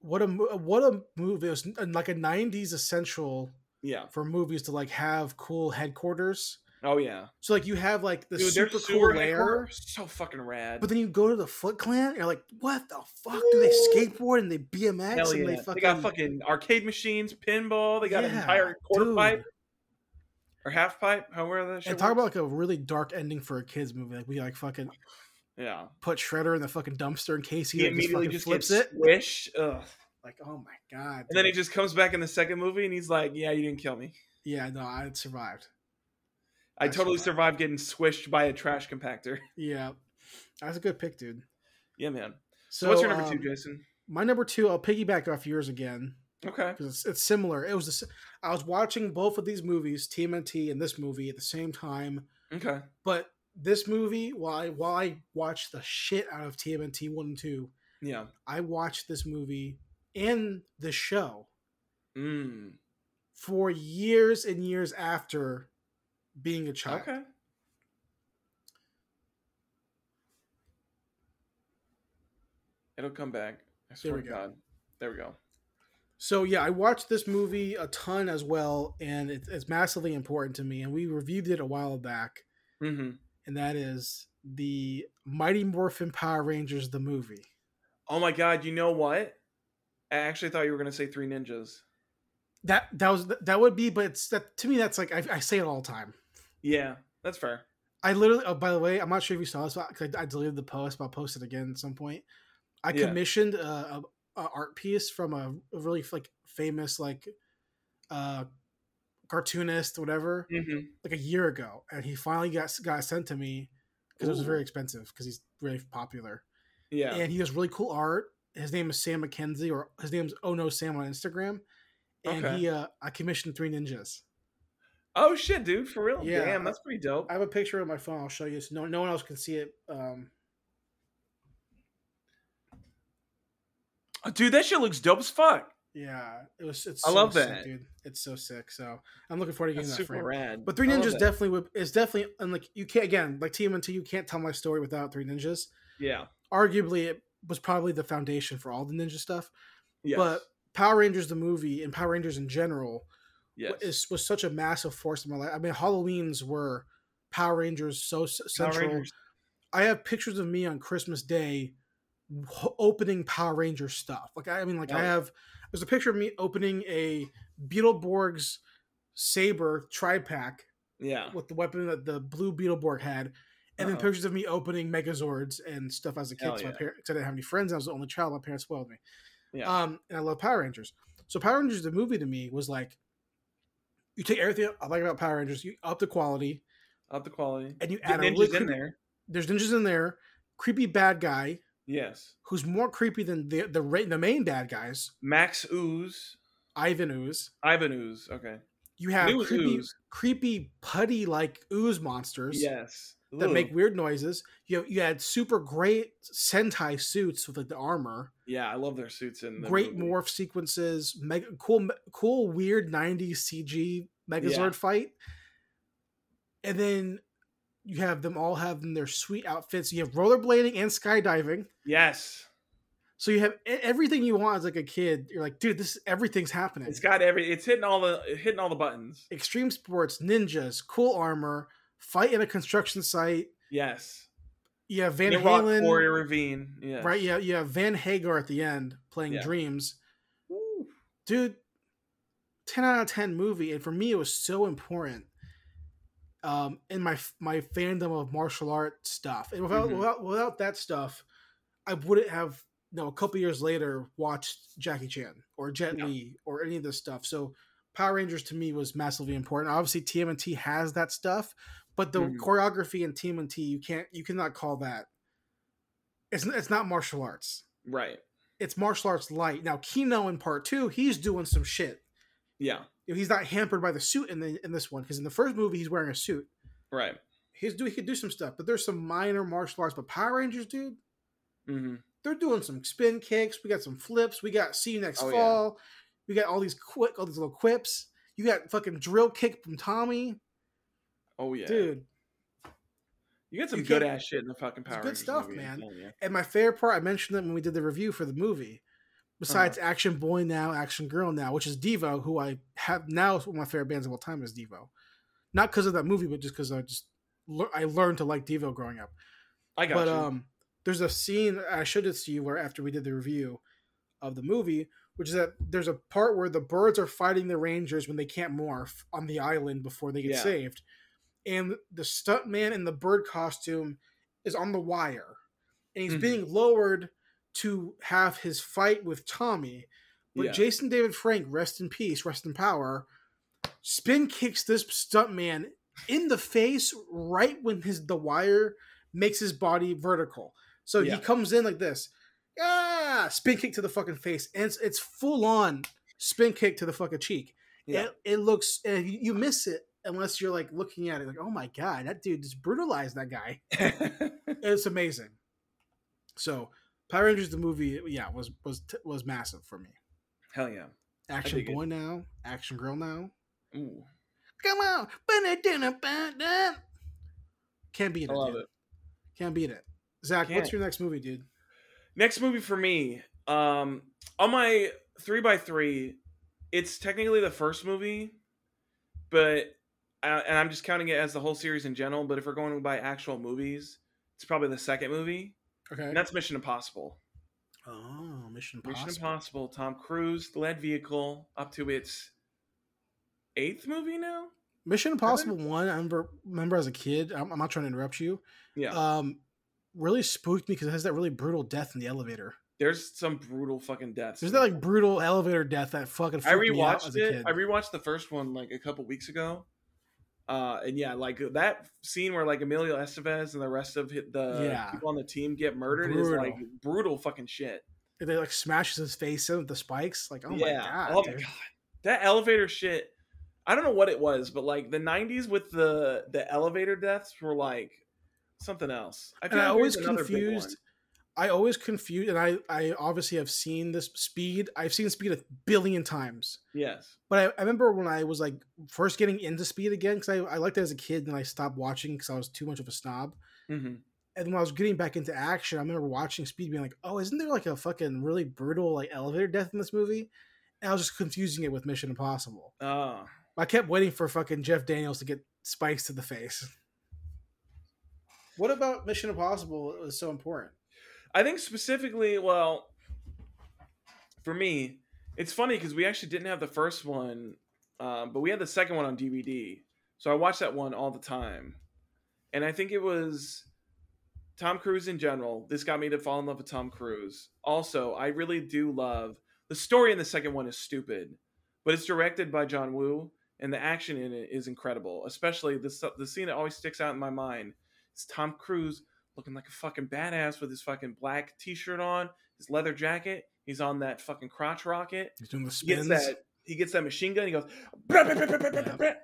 A: what a mo- what a movie. It was n- like a '90s essential
B: Yeah.
A: for movies to like have cool headquarters.
B: Oh yeah.
A: So like you have like the
B: Dude, their
A: super cool
B: sewer
A: lair.
B: headquarters, so fucking rad.
A: But then you go to the Foot Clan, and you're like, what the fuck? Do they skateboard and they BMX
B: Hell yeah.
A: and
B: they,
A: they fucking
B: got fucking arcade machines, pinball. They got an
A: Yeah,
B: entire quarter
A: dude.
B: pipe or half pipe, however that shit.
A: and talk about
B: works.
A: like a really dark ending for a kids movie. Like we like fucking
B: yeah.
A: put Shredder in the fucking dumpster in case he,
B: He
A: like, just
B: immediately
A: fucking
B: just
A: flips
B: gets [laughs]
A: it.
B: squished. Ugh.
A: Like oh my god.
B: And then he
A: dude.
B: just comes back in the second movie and he's like, Yeah, you didn't kill me.
A: yeah no I survived.
B: I
A: I
B: totally
A: survived.
B: survived getting squished by a trash compactor. [laughs]
A: Yeah, that's a good pick, dude.
B: Yeah, man.
A: So,
B: So, what's your number
A: um,
B: two, Jason?
A: My number two, I'll piggyback off yours again
B: Okay.
A: because it's, it's similar. It was the s- I was watching both of these movies, TMNT and this movie, at the same time.
B: Okay.
A: But this movie, while I, while I watched the shit out of TMNT 1 and 2,
B: Yeah.
A: I watched this movie and the show
B: Mm.
A: for years and years after being a child.
B: Okay. It'll come back. I swear
A: we
B: to
A: go.
B: God. There we go.
A: So, yeah, I watched this movie a ton as well, and it, it's massively important to me. And we reviewed it a while back,
B: Mm-hmm.
A: and that is the Mighty Morphin Power Rangers, the movie.
B: Oh my God! You know what? I actually thought you were gonna say Three Ninjas.
A: That that was that would be, but it's that to me that's like I, I say it all the time.
B: Yeah, that's fair.
A: I literally. Oh, by the way, I'm not sure if you saw this, but 'cause I, deleted the post, but I'll post it again at some point. I
B: Yeah.
A: commissioned a, a, a art piece from a, a really like famous like uh cartoonist, whatever,
B: Mhm.
A: like a year ago, and he finally got got sent to me because it was
B: Ooh.
A: very expensive because he's really popular,
B: Yeah.
A: and he does really cool art. His name is Sam McKenzie, or his name's Oh No Sam on Instagram, and
B: Okay.
A: he uh, I commissioned three ninjas.
B: Oh shit, dude, for real?
A: Yeah.
B: Damn, that's pretty dope.
A: I have a picture on my phone. I'll show you. So no, no one else can see it. Um,
B: Oh, dude, that shit looks dope as fuck.
A: Yeah, it was. It's
B: I
A: so
B: love
A: sick,
B: that.
A: dude. It's so sick. So I'm looking forward to getting
B: That's
A: that
B: super
A: frame.
B: rad.
A: But Three
B: I love
A: Ninjas
B: that.
A: definitely would. It's definitely and like you can't again like TMNT. You can't tell my story without Three Ninjas.
B: Yeah.
A: Arguably, it was probably the foundation for all the ninja stuff.
B: Yes.
A: But Power Rangers the movie and Power Rangers in general
B: yes.
A: is, was such a massive force in my life. I mean, Halloween's were Power Rangers so s-
B: Power
A: central.
B: Rangers.
A: I have pictures of me on Christmas Day ho- opening Power Ranger stuff. Like I I mean, like I
B: Nice.
A: have there's a picture of me opening a Beetleborg's saber tri pack
B: Yeah.
A: with the weapon that the blue Beetleborg had, and then
B: Uh-oh.
A: pictures of me opening Megazords and stuff as a kid.
B: Oh. Hell
A: So my
B: yeah.
A: parents, I didn't have any friends. I was the only child. My parents spoiled me.
B: Yeah.
A: Um, and I love Power Rangers. So Power Rangers, the movie to me was like, you take everything I like about Power Rangers, you up the quality,
B: Up the quality.
A: and you
B: Get
A: add a
B: ninjas
A: really
B: in
A: creepy,
B: there.
A: there's ninjas in there, creepy bad guy,
B: Yes.
A: who's more creepy than the the, ra- the main bad guys,
B: Max Ooze.
A: Ivan Ooze.
B: Ivan Ooze. Okay.
A: You have
B: New
A: creepy,
B: Ooze.
A: creepy putty like ooze monsters
B: Yes.
A: that make
B: Ooh.
A: weird noises. You have, you had super great Sentai suits with like the armor,
B: Yeah, I love their suits in the
A: great
B: movie.
A: morph sequences, mega cool me- cool weird '90s CG Megazord
B: Yeah.
A: fight, and then you have them all having their sweet outfits. You have rollerblading and skydiving.
B: Yes.
A: So you have e- everything you want as like a kid. You're like, dude, this everything's happening.
B: It's got every it's hitting all the hitting all the buttons.
A: Extreme sports, ninjas, cool armor, fight in a construction site.
B: Yes.
A: You have Van
B: They rock
A: Halen,
B: Warrior Ravine. Yes.
A: right? Yeah, you have Van Hagar at the end playing
B: Yeah.
A: Dreams,
B: Ooh.
A: dude. Ten out of ten movie, and for me, it was so important. Um, in my f- my fandom of martial art stuff, and without
B: Mhm.
A: without, without that stuff, I wouldn't have. You know, a couple years later, watched Jackie Chan or Jet
B: No.
A: Li or any of this stuff. So Power Rangers to me was massively important. Obviously, TMNT has that stuff, but the
B: Mhm.
A: choreography in TMNT you can't you cannot call that. It's it's not martial arts
B: Right.
A: it's martial arts light. Now Kino in part two, he's doing some shit.
B: Yeah.
A: You know, He's not hampered by the suit in the in this one because in the first movie he's wearing a suit.
B: Right.
A: He's do he could do some stuff, but there's some minor martial arts. But Power Rangers, dude,
B: Mm-hmm.
A: they're doing some spin kicks. We got some flips. We got see you next
B: Oh, yeah.
A: fall. We got all these quick, all these little quips. You got fucking drill kick from Tommy,
B: Oh yeah.
A: dude.
B: You get some
A: You
B: good
A: can't-
B: ass shit in the fucking
A: it's
B: Power
A: good
B: Rangers
A: stuff,
B: movie,
A: man.
B: I'm telling you.
A: And my favorite part, I mentioned it when we did the review for the movie. Besides Action Boy Now, Action Girl Now, which is Devo, who I have now is one of my favorite bands of all time is Devo. Not because of that movie, but just because I just lear- I learned to like Devo growing up.
B: I got
A: But
B: you.
A: um, there's a scene I showed it to you where after we did the review of the movie, which is that there's a part where the birds are fighting the rangers when they can't morph on the island before they get
B: Yeah.
A: saved, and the stuntman in the bird costume is on the wire, and he's
B: Mhm.
A: being lowered to have his fight with Tommy. But
B: yeah.
A: Jason David Frank, rest in peace, rest in power, spin kicks this stuntman in the face right when his the wire makes his body vertical. So
B: Yeah.
A: he comes in like this. Ah, spin kick to the fucking face. And it's, it's full on spin kick to the fucking cheek.
B: Yeah.
A: It, it looks, and you you miss it unless you're like looking at it like, oh my God, that dude just brutalized that
B: [laughs]
A: guy. It's amazing. So Power Rangers, the movie, yeah, was, was, was massive for me.
B: Hell yeah.
A: Action
B: dig it.
A: boy now, action girl now.
B: Ooh.
A: Come on, ba-da-da-da-ba-da. can't beat it.
B: I love
A: dude.
B: it.
A: Can't beat it. Zach,
B: Can't.
A: what's your next movie, dude?
B: Next movie for me, um, on my three by three, it's technically the first movie, but I, and I'm just counting it as the whole series in general. But if we're going by actual movies, it's probably the second movie,
A: Okay.
B: and that's Mission Impossible.
A: Oh, Mission
B: Mission
A: Impossible.
B: Impossible, Tom Cruise led vehicle up to its eighth movie now.
A: Mission Impossible One. I remember, remember as a kid. I'm, I'm not trying to interrupt you.
B: Yeah,
A: Um, really spooked me because it has that really brutal death in the elevator.
B: there's some brutal fucking deaths.
A: There's
B: in
A: that
B: it.
A: like brutal elevator death that fucking.
B: I
A: freaked me out
B: rewatched
A: as a
B: it.
A: kid.
B: I rewatched the first one like a couple weeks ago. Uh, and yeah, like that scene where like Emilio Estevez and the rest of hi- the
A: Yeah.
B: people on the team get murdered is
A: Brutal.
B: like brutal fucking shit.
A: And they like smashes his face in with the spikes. Like, oh my god,
B: oh my
A: dude.
B: god, that elevator shit. I don't know what it was, but like the '90s with the the elevator deaths were like something else. I,
A: And I
B: like
A: always
B: there's another big
A: confused. I always confuse, and I I obviously have seen this speed. I've seen speed a billion times.
B: one. Yes.
A: But I, I remember when I was like first getting into speed again because I, I liked it as a kid, and I stopped watching because I was too much of a snob.
B: hmm
A: and when I was getting back into action, I remember watching Speed being like, oh, isn't there like a fucking really brutal like elevator death in this movie? And I was just confusing it with Mission Impossible.
B: Oh,
A: I kept waiting for fucking Jeff Daniels to get spikes to the face. What about Mission Impossible was so important?
B: I think specifically, well, for me, it's funny because we actually didn't have the first one, um, but we had the second one on DVD. So I watched that one all the time. And I think it was Tom Cruise in general. This got me to fall in love with Tom Cruise. Also, I really do love the story in the second one is stupid, but it's directed by John Woo, and the action in it is incredible. Especially the s- the scene that always sticks out in my mind is Tom Cruise looking like a fucking badass with his fucking black t-shirt on, his leather jacket. He's on that fucking crotch rocket.
A: He's doing the
B: He gets
A: spins,
B: that he gets that machine gun. He goes. "Brah, brah, brah, brah, brah, brah, brah."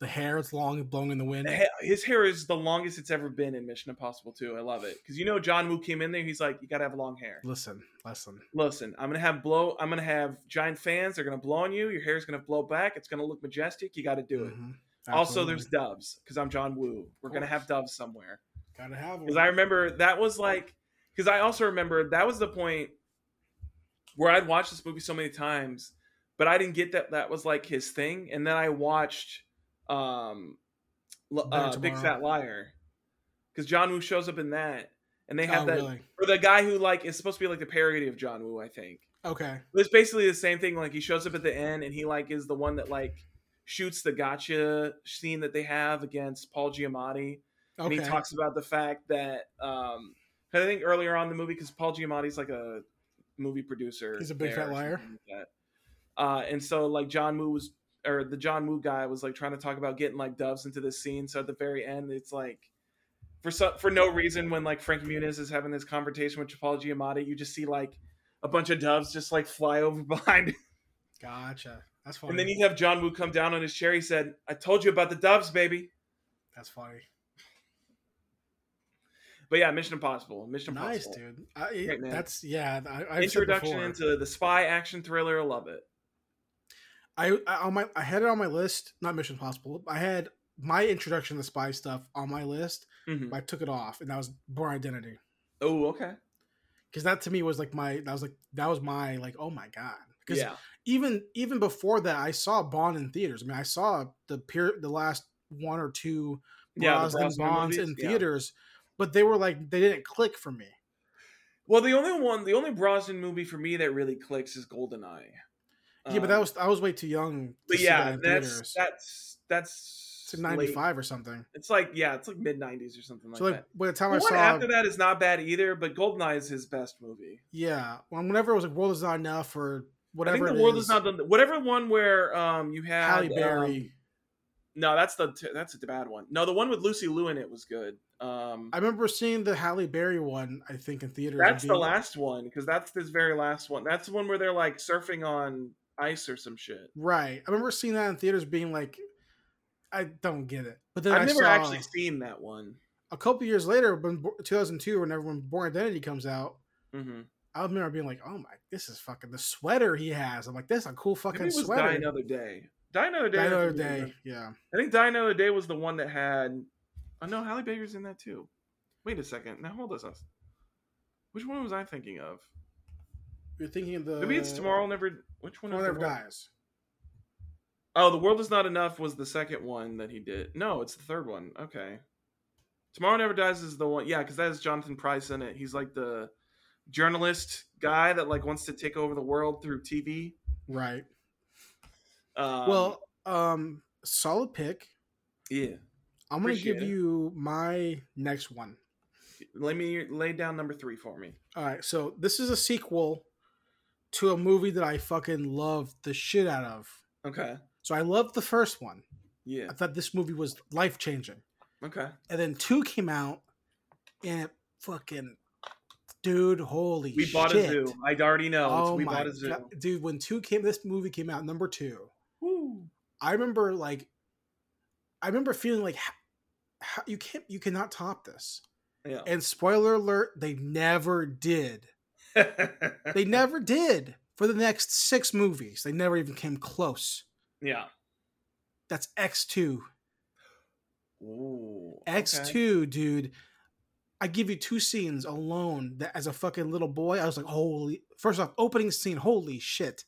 A: the hair, it's long and blowing in the wind.
B: The ha- His hair is the longest it's ever been in Mission Impossible 2. I love it because you know John Woo came in there. He's like, you gotta have long hair.
A: Listen, listen.
B: Listen, I'm gonna have blow. I'm gonna have giant fans. They're gonna blow on you. Your hair's gonna blow back. It's gonna look majestic. You gotta do it.
A: Mhm.
B: Also,
A: Absolutely.
B: there's doves because I'm John Woo. We're gonna
A: course.
B: have doves somewhere.
A: gotta have one.
B: Because I remember that was like, because I also remember that was the point where I'd watched this movie so many times, but I didn't get that that was like his thing. And then I watched um, L-
A: Better
B: uh, Big
A: Tomorrow.
B: Fat Liar because John Woo shows up in that, and they have
A: oh,
B: that
A: really?
B: or the guy who like is supposed to be like the parody of John Woo, I think.
A: Okay.
B: But it's basically the same thing. Like he shows up at the end, and he like is the one that like shoots the gotcha scene that they have against Paul Giamatti
A: Okay.
B: and he talks about the fact that um 'cause I think earlier on in the movie because Paul Giamatti's like a movie producer.
A: He's a big
B: there
A: fat
B: or
A: liar.
B: something like that. Uh, and so like John Woo was or the John Woo guy was like trying to talk about getting like doves into this scene. So at the very end, it's like for so, for no reason when like Frank Muniz is having this conversation with Paul Giamatti, you just see like a bunch of doves just like fly over [laughs] behind
A: gotcha. That's funny.
B: and then you have John Woo come down on his chair. He said, "I told you about the doves, baby."
A: That's funny.
B: But yeah, Mission Impossible. Mission Impossible.
A: Nice, dude. I,
B: Great man.
A: That's yeah. I, I've
B: introduction
A: said before.
B: into the spy action thriller. I love it.
A: I, I on my I had it on my list. Not Mission Impossible. I had my introduction to spy stuff on my list,
B: Mm-hmm.
A: but I took it off, and that was Born Identity.
B: Oh, okay.
A: Because that to me was like my that was like that was my like oh my god. Because
B: Yeah.
A: even even before that, I saw Bond in theaters. I mean, I saw the peer the last one or two
B: Yeah. the
A: Brosnan
B: Brosnan
A: Bonds
B: movies,
A: in
B: yeah.
A: theaters, but they were like they didn't click for me.
B: Well, the only one, the only Brosnan movie for me that really clicks is GoldenEye.
A: yeah, but that
B: Um,
A: was I was way too young. To
B: But
A: see that
B: yeah,
A: in
B: that's
A: theaters.
B: that's that's
A: it's in
B: late.
A: '95 or something.
B: It's like yeah, it's like mid '90s or something like
A: so like
B: that.
A: by the
B: The
A: time I
B: one
A: saw
B: after that is not bad either, but GoldenEye is his best movie.
A: Yeah. When- Whenever it was like World is Not Enough or whatever
B: I think
A: it
B: the world
A: is,
B: is not done. Whatever one where um you had
A: Halle
B: um,
A: Berry.
B: no, that's the that's a bad one. No, the one with Lucy Liu in it was good. Um,
A: I remember seeing the Halle Berry one, I think, in theaters. and
B: That's the
A: being-
B: last one because that's this very last one. That's the one where they're like surfing on ice or some shit.
A: Right. I remember seeing that in theaters being like, I don't get it. But then
B: I've
A: I
B: never
A: saw
B: actually seen that one.
A: a couple years later, when Bo- 2002, whenever when Born Identity comes out,
B: hmm
A: I remember being like, oh my, this is fucking the sweater he has. I'm like, this is a cool fucking
B: Maybe it was Die
A: sweater.
B: Another Day. Die Another Day.
A: Die
B: I
A: Another
B: think, was
A: day.
B: the-
A: Yeah.
B: I think Die Another Day was the one that had. Oh no, Halle Baker's in that too. Wait a second. Now hold us. Which one was I thinking of?
A: You're thinking of the.
B: Maybe it's Tomorrow Never. Which one? is
A: Uh, Tomorrow
B: the
A: Never
B: one-
A: Dies.
B: Oh, the world is not enough was the second one that he did. No, it's the third one. Okay. Tomorrow Never Dies is the one. Yeah, because that is Jonathan Price in it. He's like the journalist guy that like wants to take over the world through TV.
A: Right.
B: Um,
A: well, um, solid pick.
B: yeah.
A: I'm gonna
B: appreciate
A: give
B: it.
A: you my next one.
B: Let me lay down number three for me.
A: All right, so this is a sequel to a movie that I fucking loved the shit out of.
B: Okay.
A: So I loved the first one.
B: Yeah.
A: I thought this movie was life changing.
B: Okay.
A: And then two came out, and it fucking, dude, holy
B: We
A: shit.
B: bought a zoo. I already know. It's-
A: Oh
B: we
A: my
B: bought a zoo.
A: god, dude! When two came, this movie came out number two.
B: Woo.
A: I remember like, I remember feeling like, how, how, you can't, you cannot top this.
B: Yeah.
A: And spoiler alert, they never did.
B: [laughs]
A: They never did for the next six movies. They never even came close.
B: yeah.
A: That's X two.
B: Ooh.
A: X
B: okay.
A: two, dude. I give you two scenes alone that as a fucking little boy, I was like, holy. First off, opening scene, holy shit.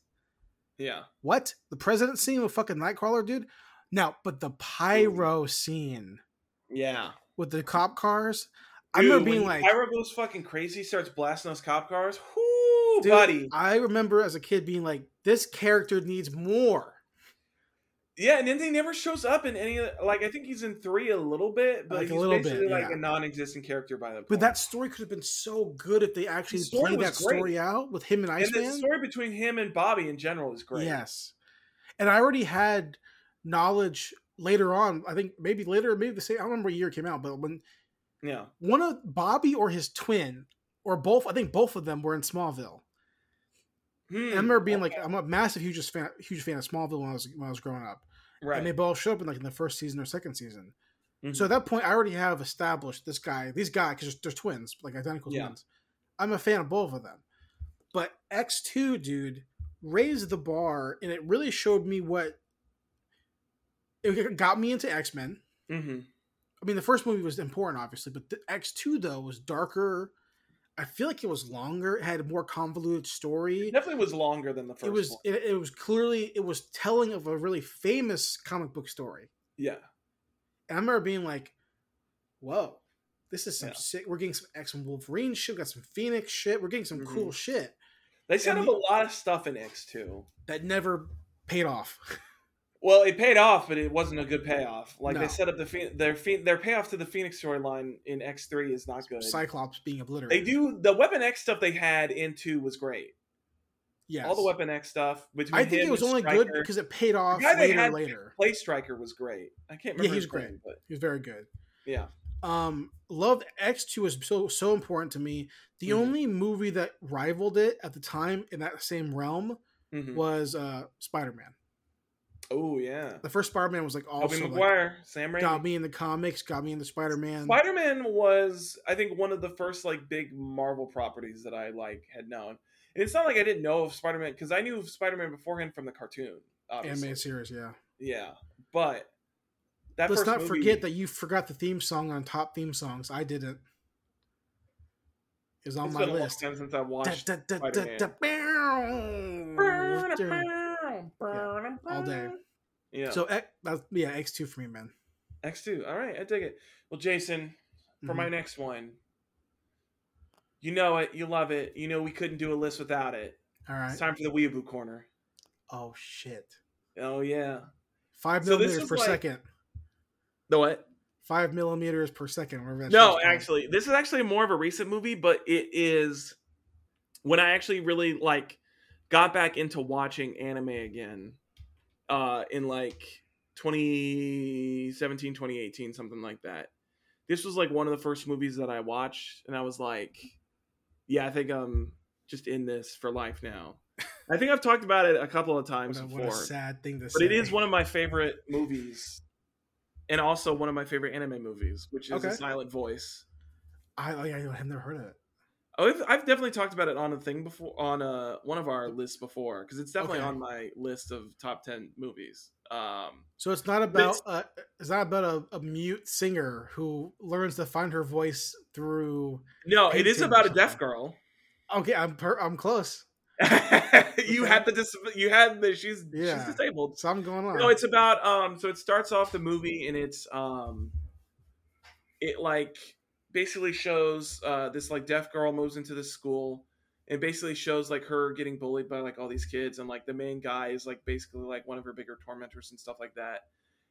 B: Yeah.
A: What? The president scene with fucking Nightcrawler, dude? Now, but the pyro scene
B: Yeah.
A: with the cop cars, I
B: Dude,
A: remember being
B: when
A: like,
B: Pyro goes fucking crazy, starts blasting those cop cars. Whoo,
A: dude,
B: buddy.
A: I remember as a kid being like, this character needs more.
B: Yeah, and then he never shows up in any. of the- Like I think he's in three a little bit, but
A: Like a
B: he's
A: little bit,
B: basically like
A: yeah.
B: a non-existent character by that point.
A: But that story could have been so good if they actually
B: story
A: played
B: was
A: that
B: great.
A: story out with him and
B: and the
A: Iceman.
B: story between him and Bobby in general is great.
A: Yes. And I already had knowledge later on. I think maybe later, maybe the same. I don't remember what year it came out, but when
B: yeah,
A: one of Bobby or his twin or both, I think both of them were in Smallville.
B: Hmm,
A: And I remember being
B: okay,
A: like, I'm a massive, huge fan, huge fan of Smallville when I was when I was growing up,
B: right,
A: and they both showed up in like in the first season or second season.
B: Mhm.
A: So at that point, I already have established this guy, these guys, because they're, they're twins, like identical
B: Yeah.
A: twins. I'm a fan of both of them, but X two dude raised the bar, and it really showed me what it got me into X Men.
B: hmm
A: I mean, the first movie was important, obviously, but the X2 though was darker. I feel like it was longer. It had a more convoluted story.
B: It definitely was longer than the first.
A: it was
B: one.
A: it, it was clearly it was telling of a really famous comic book story.
B: yeah,
A: And I remember being like, "Whoa, this is some
B: Yeah.
A: sick. We're getting some X and Wolverine shit. We got some Phoenix shit. We're getting some
B: Mm-hmm.
A: cool shit
B: they set up
A: and
B: a lot of stuff in X two.
A: that never paid off."
B: Well, it paid off, but it wasn't a good payoff. Like
A: No.
B: they set up the Phoen- their Phoen- their payoff to the Phoenix storyline in X three is not good.
A: Cyclops being
B: They
A: obliterated.
B: do the Weapon X stuff they had in two was great.
A: Yes.
B: All the Weapon X stuff between
A: I think
B: him
A: it was
B: and
A: only good
B: Stryker.
A: because it paid off
B: guy they
A: later.
B: had-
A: Later,
B: Play Striker was great. I can't remember.
A: Yeah, he
B: his
A: was great.
B: name, but
A: he was very good.
B: yeah,
A: um loved x2 was so so important to me the
B: Mhm.
A: only movie that rivaled it at the time in that same realm
B: Mhm.
A: was uh spider-man
B: oh yeah.
A: the first spider-man was like
B: Tobey
A: also like,
B: Maguire, Sam
A: got
B: Raimi.
A: me in the comics got me in the spider-man
B: Spider Man was, I think, one of the first like big Marvel properties that I like had known. And it's not like I didn't know of Spider Man because I knew of Spider Man beforehand from the cartoon. Obviously.
A: animated series yeah
B: Yeah, but that
A: let's
B: first
A: not
B: movie-
A: forget that you forgot the theme song on top theme songs i didn't it was on
B: it's
A: my
B: been a long
A: list
B: time since I
A: Da-
B: watched.
A: da- da- da-
B: Spider-Man.
A: da- bow. Dude. Mm, all day.
B: Yeah.
A: so X- that's- yeah x2 for me man
B: X two. All right, I dig it. Well, Jason, for my
A: Mhm.
B: next one, you know it, you love it, you know we couldn't do a list without it.
A: all right
B: It's time for the Weeaboo corner.
A: oh shit
B: Oh yeah.
A: Five
B: So this
A: millimeters
B: is
A: per
B: like-
A: second.
B: The what?
A: Five millimeters per second. Whatever that shit's
B: No,
A: called.
B: actually, this is actually more of a recent movie, but it is when I actually really like got back into watching anime again uh in like 2017 2018 something like that this was like one of the first movies that i watched and i was like yeah i think i'm just in this for life now
A: [laughs]
B: i think i've talked about it a couple of
A: What
B: times
A: a, what a
B: before
A: sad thing to say.
B: but it is one of my favorite movies and also one of my favorite anime movies which is
A: Okay.
B: a silent voice
A: I, I, I have never heard of it.
B: Oh, I've, I've definitely talked about it on a thing before, on uh one of our lists before, because it's definitely
A: Okay.
B: on my list of top ten movies. Um,
A: So it's not about
B: it's-
A: uh, it's not about a, a mute singer who learns to find her voice through.
B: no, it is
A: Painting or
B: about a deaf
A: something.
B: girl. [laughs]
A: Okay, I'm per, I'm close.
B: you
A: Okay.
B: had the dis- you had the she's
A: Yeah.
B: she's disabled.
A: Something going on.
B: No, it's about um. So it starts off the movie and it's um, it like basically shows uh, this like deaf girl moves into this school and basically shows like her getting bullied by like all these kids and like the main guy is like basically like one of her bigger tormentors and stuff like that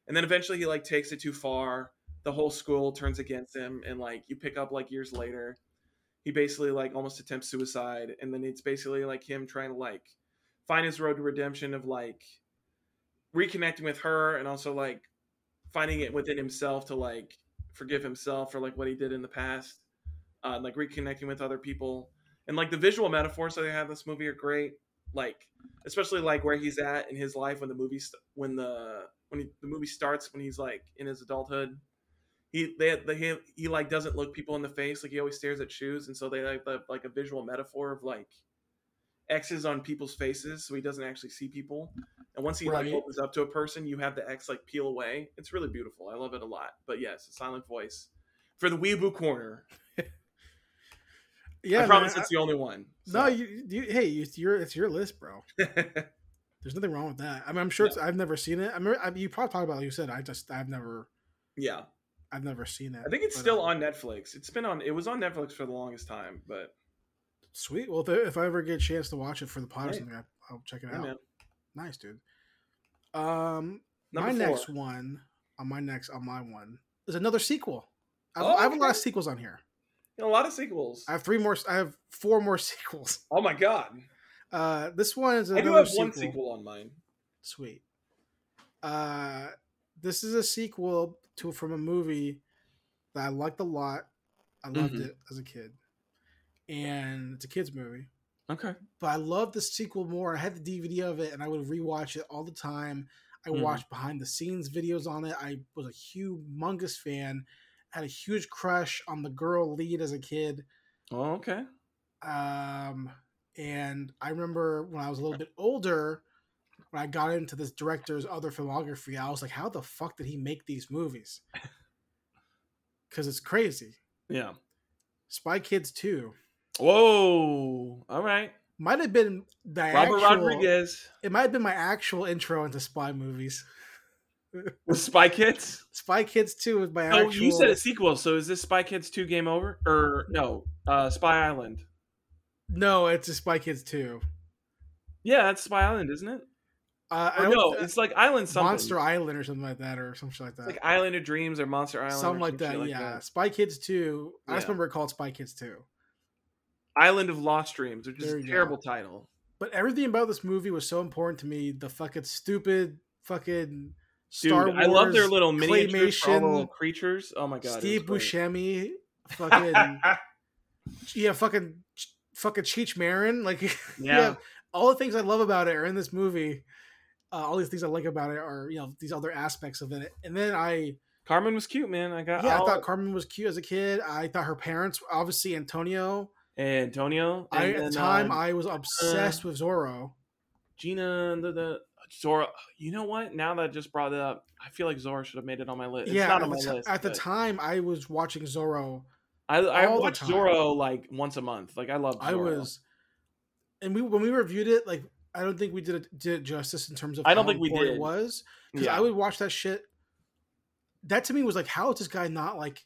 B: and then eventually he like takes it too far the whole school turns against him and like you pick up like years later he basically like almost attempts suicide and then it's basically like him trying to like find his road to redemption of like reconnecting with her and also like finding it within himself to like forgive himself for like what he did in the past uh, and, like reconnecting with other people and like the visual metaphors that they have in this movie are great like especially like where he's at in his life when the movie st- when the when he, the movie starts when he's like in his adulthood he they, they he, he like doesn't look people in the face like he always stares at shoes and so they like the, like a visual metaphor of like x's on people's faces so he doesn't actually see people and once he
A: Right.
B: like opens up to a person you have the x like peel away it's really beautiful i love it a lot but yes a silent voice for the weeaboo corner
A: Yeah,
B: i promise
A: man,
B: it's the only one
A: I-
B: so.
A: no, you, you. Hey, it's your it's your list,
B: [laughs]
A: bro. There's nothing wrong with that. I mean, I'm sure it's, I've never seen it. I mean, I, you probably talked about it, like you said. I just I've never
B: yeah
A: I've never seen it.
B: I think it's
A: but,
B: still
A: uh,
B: on Netflix. It's been on. It was on Netflix for the longest time, but
A: Sweet. Well, if, I- if I ever get a chance to watch it for the pod or
B: Right.
A: something, I, I'll check it
B: yeah,
A: out.
B: man.
A: Nice, dude. Um,
B: Number
A: my
B: four.
A: next one on my next on my one is another sequel. I,
B: Oh,
A: I have a lot of
B: okay.
A: sequels on here.
B: You know, a lot of sequels.
A: I have three more. I have four more [laughs] sequels.
B: oh my god!
A: Uh, this one is
B: I
A: another
B: do have
A: sequel.
B: one sequel on mine.
A: Sweet. Uh, this is a sequel to from a movie that I liked a lot. I loved
B: Mhm.
A: it as a kid, and it's a kids movie.
B: Okay.
A: but I love the sequel more. I had the DVD of it, and I would rewatch it all the time. I
B: Mhm.
A: watched behind the scenes videos on it. I was a humongous fan. Had a huge crush on the girl lead as a kid.
B: Oh, okay.
A: Um, and I remember when I was a little bit older, when I got into this director's other filmography, I was like, "How the fuck did he make these
B: [laughs]
A: movies?" Because it's crazy.
B: Yeah.
A: Spy Kids Two
B: Whoa. All right.
A: might have been the
B: Robert
A: actual-
B: Rodriguez
A: It might have been my actual intro into spy movies.
B: with Spy Kids.
A: Spy Kids 2 was my
B: Oh,
A: actual.
B: you said a sequel. So is this Spy Kids Two Game Over or no? Uh, Spy Island.
A: No, it's a Spy Kids 2.
B: Yeah, that's Spy Island, isn't it?
A: Uh, I
B: Or
A: don't-
B: Oh, no,
A: uh,
B: it's like Island something.
A: Monster Island or something like that, or something like that.
B: It's like Island of Dreams or Monster Island. or
A: something like
B: some
A: that,
B: shit
A: yeah. Spy Kids 2. I just
B: Yeah.
A: remember it called Spy Kids 2.
B: Island of Lost Dreams, which is
A: There
B: a
A: you go.
B: terrible title.
A: But everything about this movie was so important to me. The fucking stupid fucking Star
B: Dude,
A: Wars.
B: I love their little miniatures for all the
A: claymation,
B: little creatures. Oh my god, it
A: Steve
B: was great. [laughs]
A: Buscemi. Fucking. yeah, fucking. Fucking Cheech Marin. Like, [laughs]
B: yeah,
A: all the things I love about it are in this movie. Uh, all these things I like about it are you know these other aspects of it. And then I
B: Carmen was cute, man. I got
A: yeah I
B: all-
A: thought Carmen was cute as a kid. I thought her parents obviously Antonio.
B: and Antonio.
A: I,
B: and
A: at the
B: then,
A: time
B: uh,
A: I was obsessed with Zorro.
B: Gina, and the, the Zora. You know what? Now that I just brought it up, I feel like Zora should have made it on my list. It's
A: yeah,
B: not
A: at,
B: on my
A: the, ti-
B: list.
A: at the
B: but
A: time I was watching Zorro.
B: I, I
A: all the
B: watched
A: time.
B: Zorro like once a month. Like I love.
A: I was, and we when we reviewed it, like I don't think we did it, did it justice in terms of
B: I don't
A: how
B: think we
A: important
B: did.
A: it was because
B: Yeah,
A: I would watch that shit. That to me was like, how is this guy not like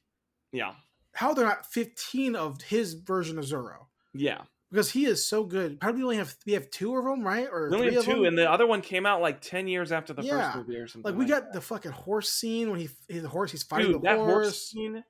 B: yeah,
A: how they're not 15 of his version of Zorro
B: yeah.
A: because he is so good. Probably we only have we have two of them, right? Or
B: We only
A: three
B: have
A: of
B: two,
A: them.
B: and the other one came out like ten years after the
A: Yeah.
B: first movie or something.
A: like we got the fucking horse scene when he his horse he's fighting
B: Dude,
A: the
B: that
A: horse.
B: horse. scene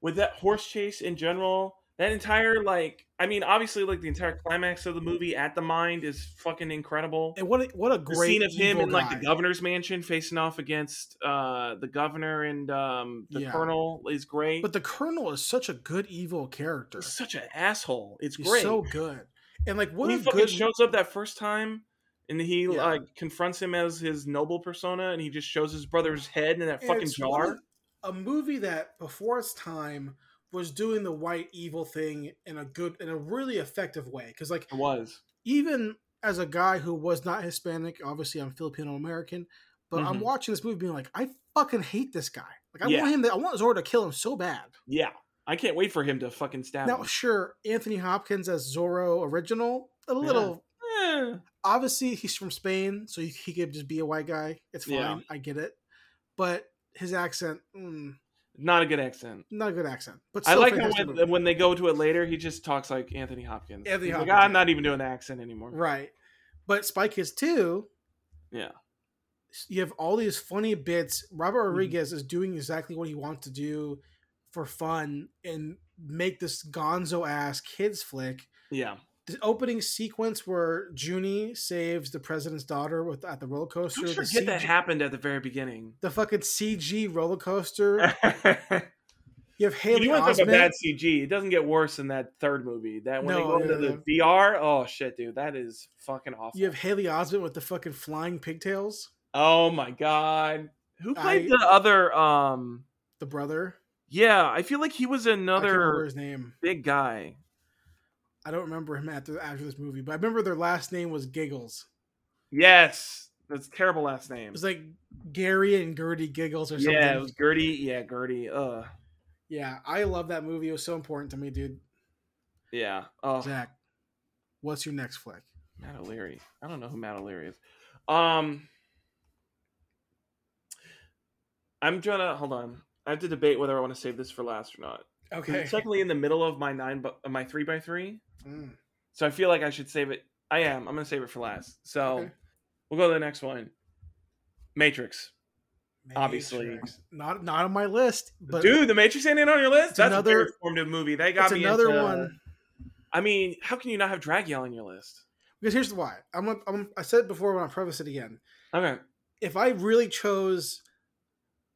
B: with that horse chase in general, that entire like, I mean, obviously, like the entire climax of the movie at the mind is fucking incredible.
A: and what a, what a
B: The
A: great
B: scene of him
A: evil
B: in like the
A: guy.
B: governor's mansion facing off against uh the governor and um the
A: Yeah.
B: colonel is great.
A: But the colonel is such a good evil character.
B: he's such an asshole. It's
A: He's
B: great.
A: so good. And like what
B: when
A: a
B: he fucking
A: good
B: shows up that first time. And he
A: Yeah.
B: like confronts him as his noble persona, and he just shows his brother's head in that
A: and
B: fucking
A: it's
B: jar.
A: what A, a movie that before its time was doing the white evil thing in a good in a really effective way because like
B: It was.
A: even as a guy who was not Hispanic, obviously I'm Filipino American, but I'm
B: Mhm.
A: watching this movie being like, I fucking hate this guy. Like I
B: Yeah.
A: want him to, I want Zorro to kill him so bad.
B: Yeah, I can't wait for him to fucking stab.
A: Now,
B: him.
A: sure, Anthony Hopkins as Zorro original, a little
B: Eh.
A: obviously he's from Spain, so he, he could just be a white guy. It's fine,
B: Yeah.
A: I get it, but his accent, mm,
B: Not a good accent.
A: Not a good accent, but
B: I
A: still
B: like how
A: fantastic movie.
B: when, when they go to it later, he just talks like Anthony Hopkins.
A: Anthony
B: He's like,
A: Hopkins,
B: I'm not even doing the accent anymore.
A: Right. But Spy Kids 2,
B: Yeah. Mm-hmm.
A: you have all these funny bits. Robert Rodriguez is doing exactly what he wants to do for fun and make this gonzo ass kids flick.
B: Yeah.
A: The opening sequence where Junie saves the president's daughter with at the roller coaster.
B: Don't
A: The,
B: forget that
A: CG
B: happened at the very [laughs] beginning.
A: the fucking CG roller
B: [laughs]
A: coaster.
B: you
A: You have Haley
B: want to talk about bad
A: Osment.
B: CG? It doesn't get worse than that third movie. That when
A: No,
B: they go
A: no,
B: into
A: no.
B: the VR, oh shit, dude, that is fucking awful.
A: You have Haley Osment with the fucking flying pigtails.
B: oh my god, who played
A: I-
B: the other? Um,
A: The brother.
B: yeah, I feel like he was
A: I can't remember
B: another
A: his name.
B: big guy.
A: I don't remember him after after this movie, but I remember their last name was Giggles.
B: Yes, that's a terrible last
A: It
B: name.
A: was like Gary and Gertie Giggles or something.
B: Yeah, it was Gertie. Yeah, Gertie. Uh,
A: Yeah, I love that movie. It was so important to me, dude.
B: yeah. Oh,
A: Zach, what's your next flick?
B: Matt O'Leary. I don't know who Matt O'Leary is. Um, I'm trying to hold on. I have to debate whether I want to save this for last or not. 'Cause
A: Okay.
B: It's technically in the middle of my nine, bu- uh, my three by three.
A: Mm.
B: So I feel like I should save it. I am. I'm gonna save it for last. So
A: Okay.
B: we'll go to the next one. Matrix, obviously.
A: Matrix. not not on my list, but
B: Dude, The Matrix ain't in on your list.
A: It's
B: That's
A: another-
B: a very formative movie. That got
A: it's
B: me
A: another
B: into-
A: one
B: I mean, how can you not have Dragula on your list?
A: because here's why. I'm, gonna- I'm gonna- I said it before, but I'll preface it again.
B: Okay.
A: If I really chose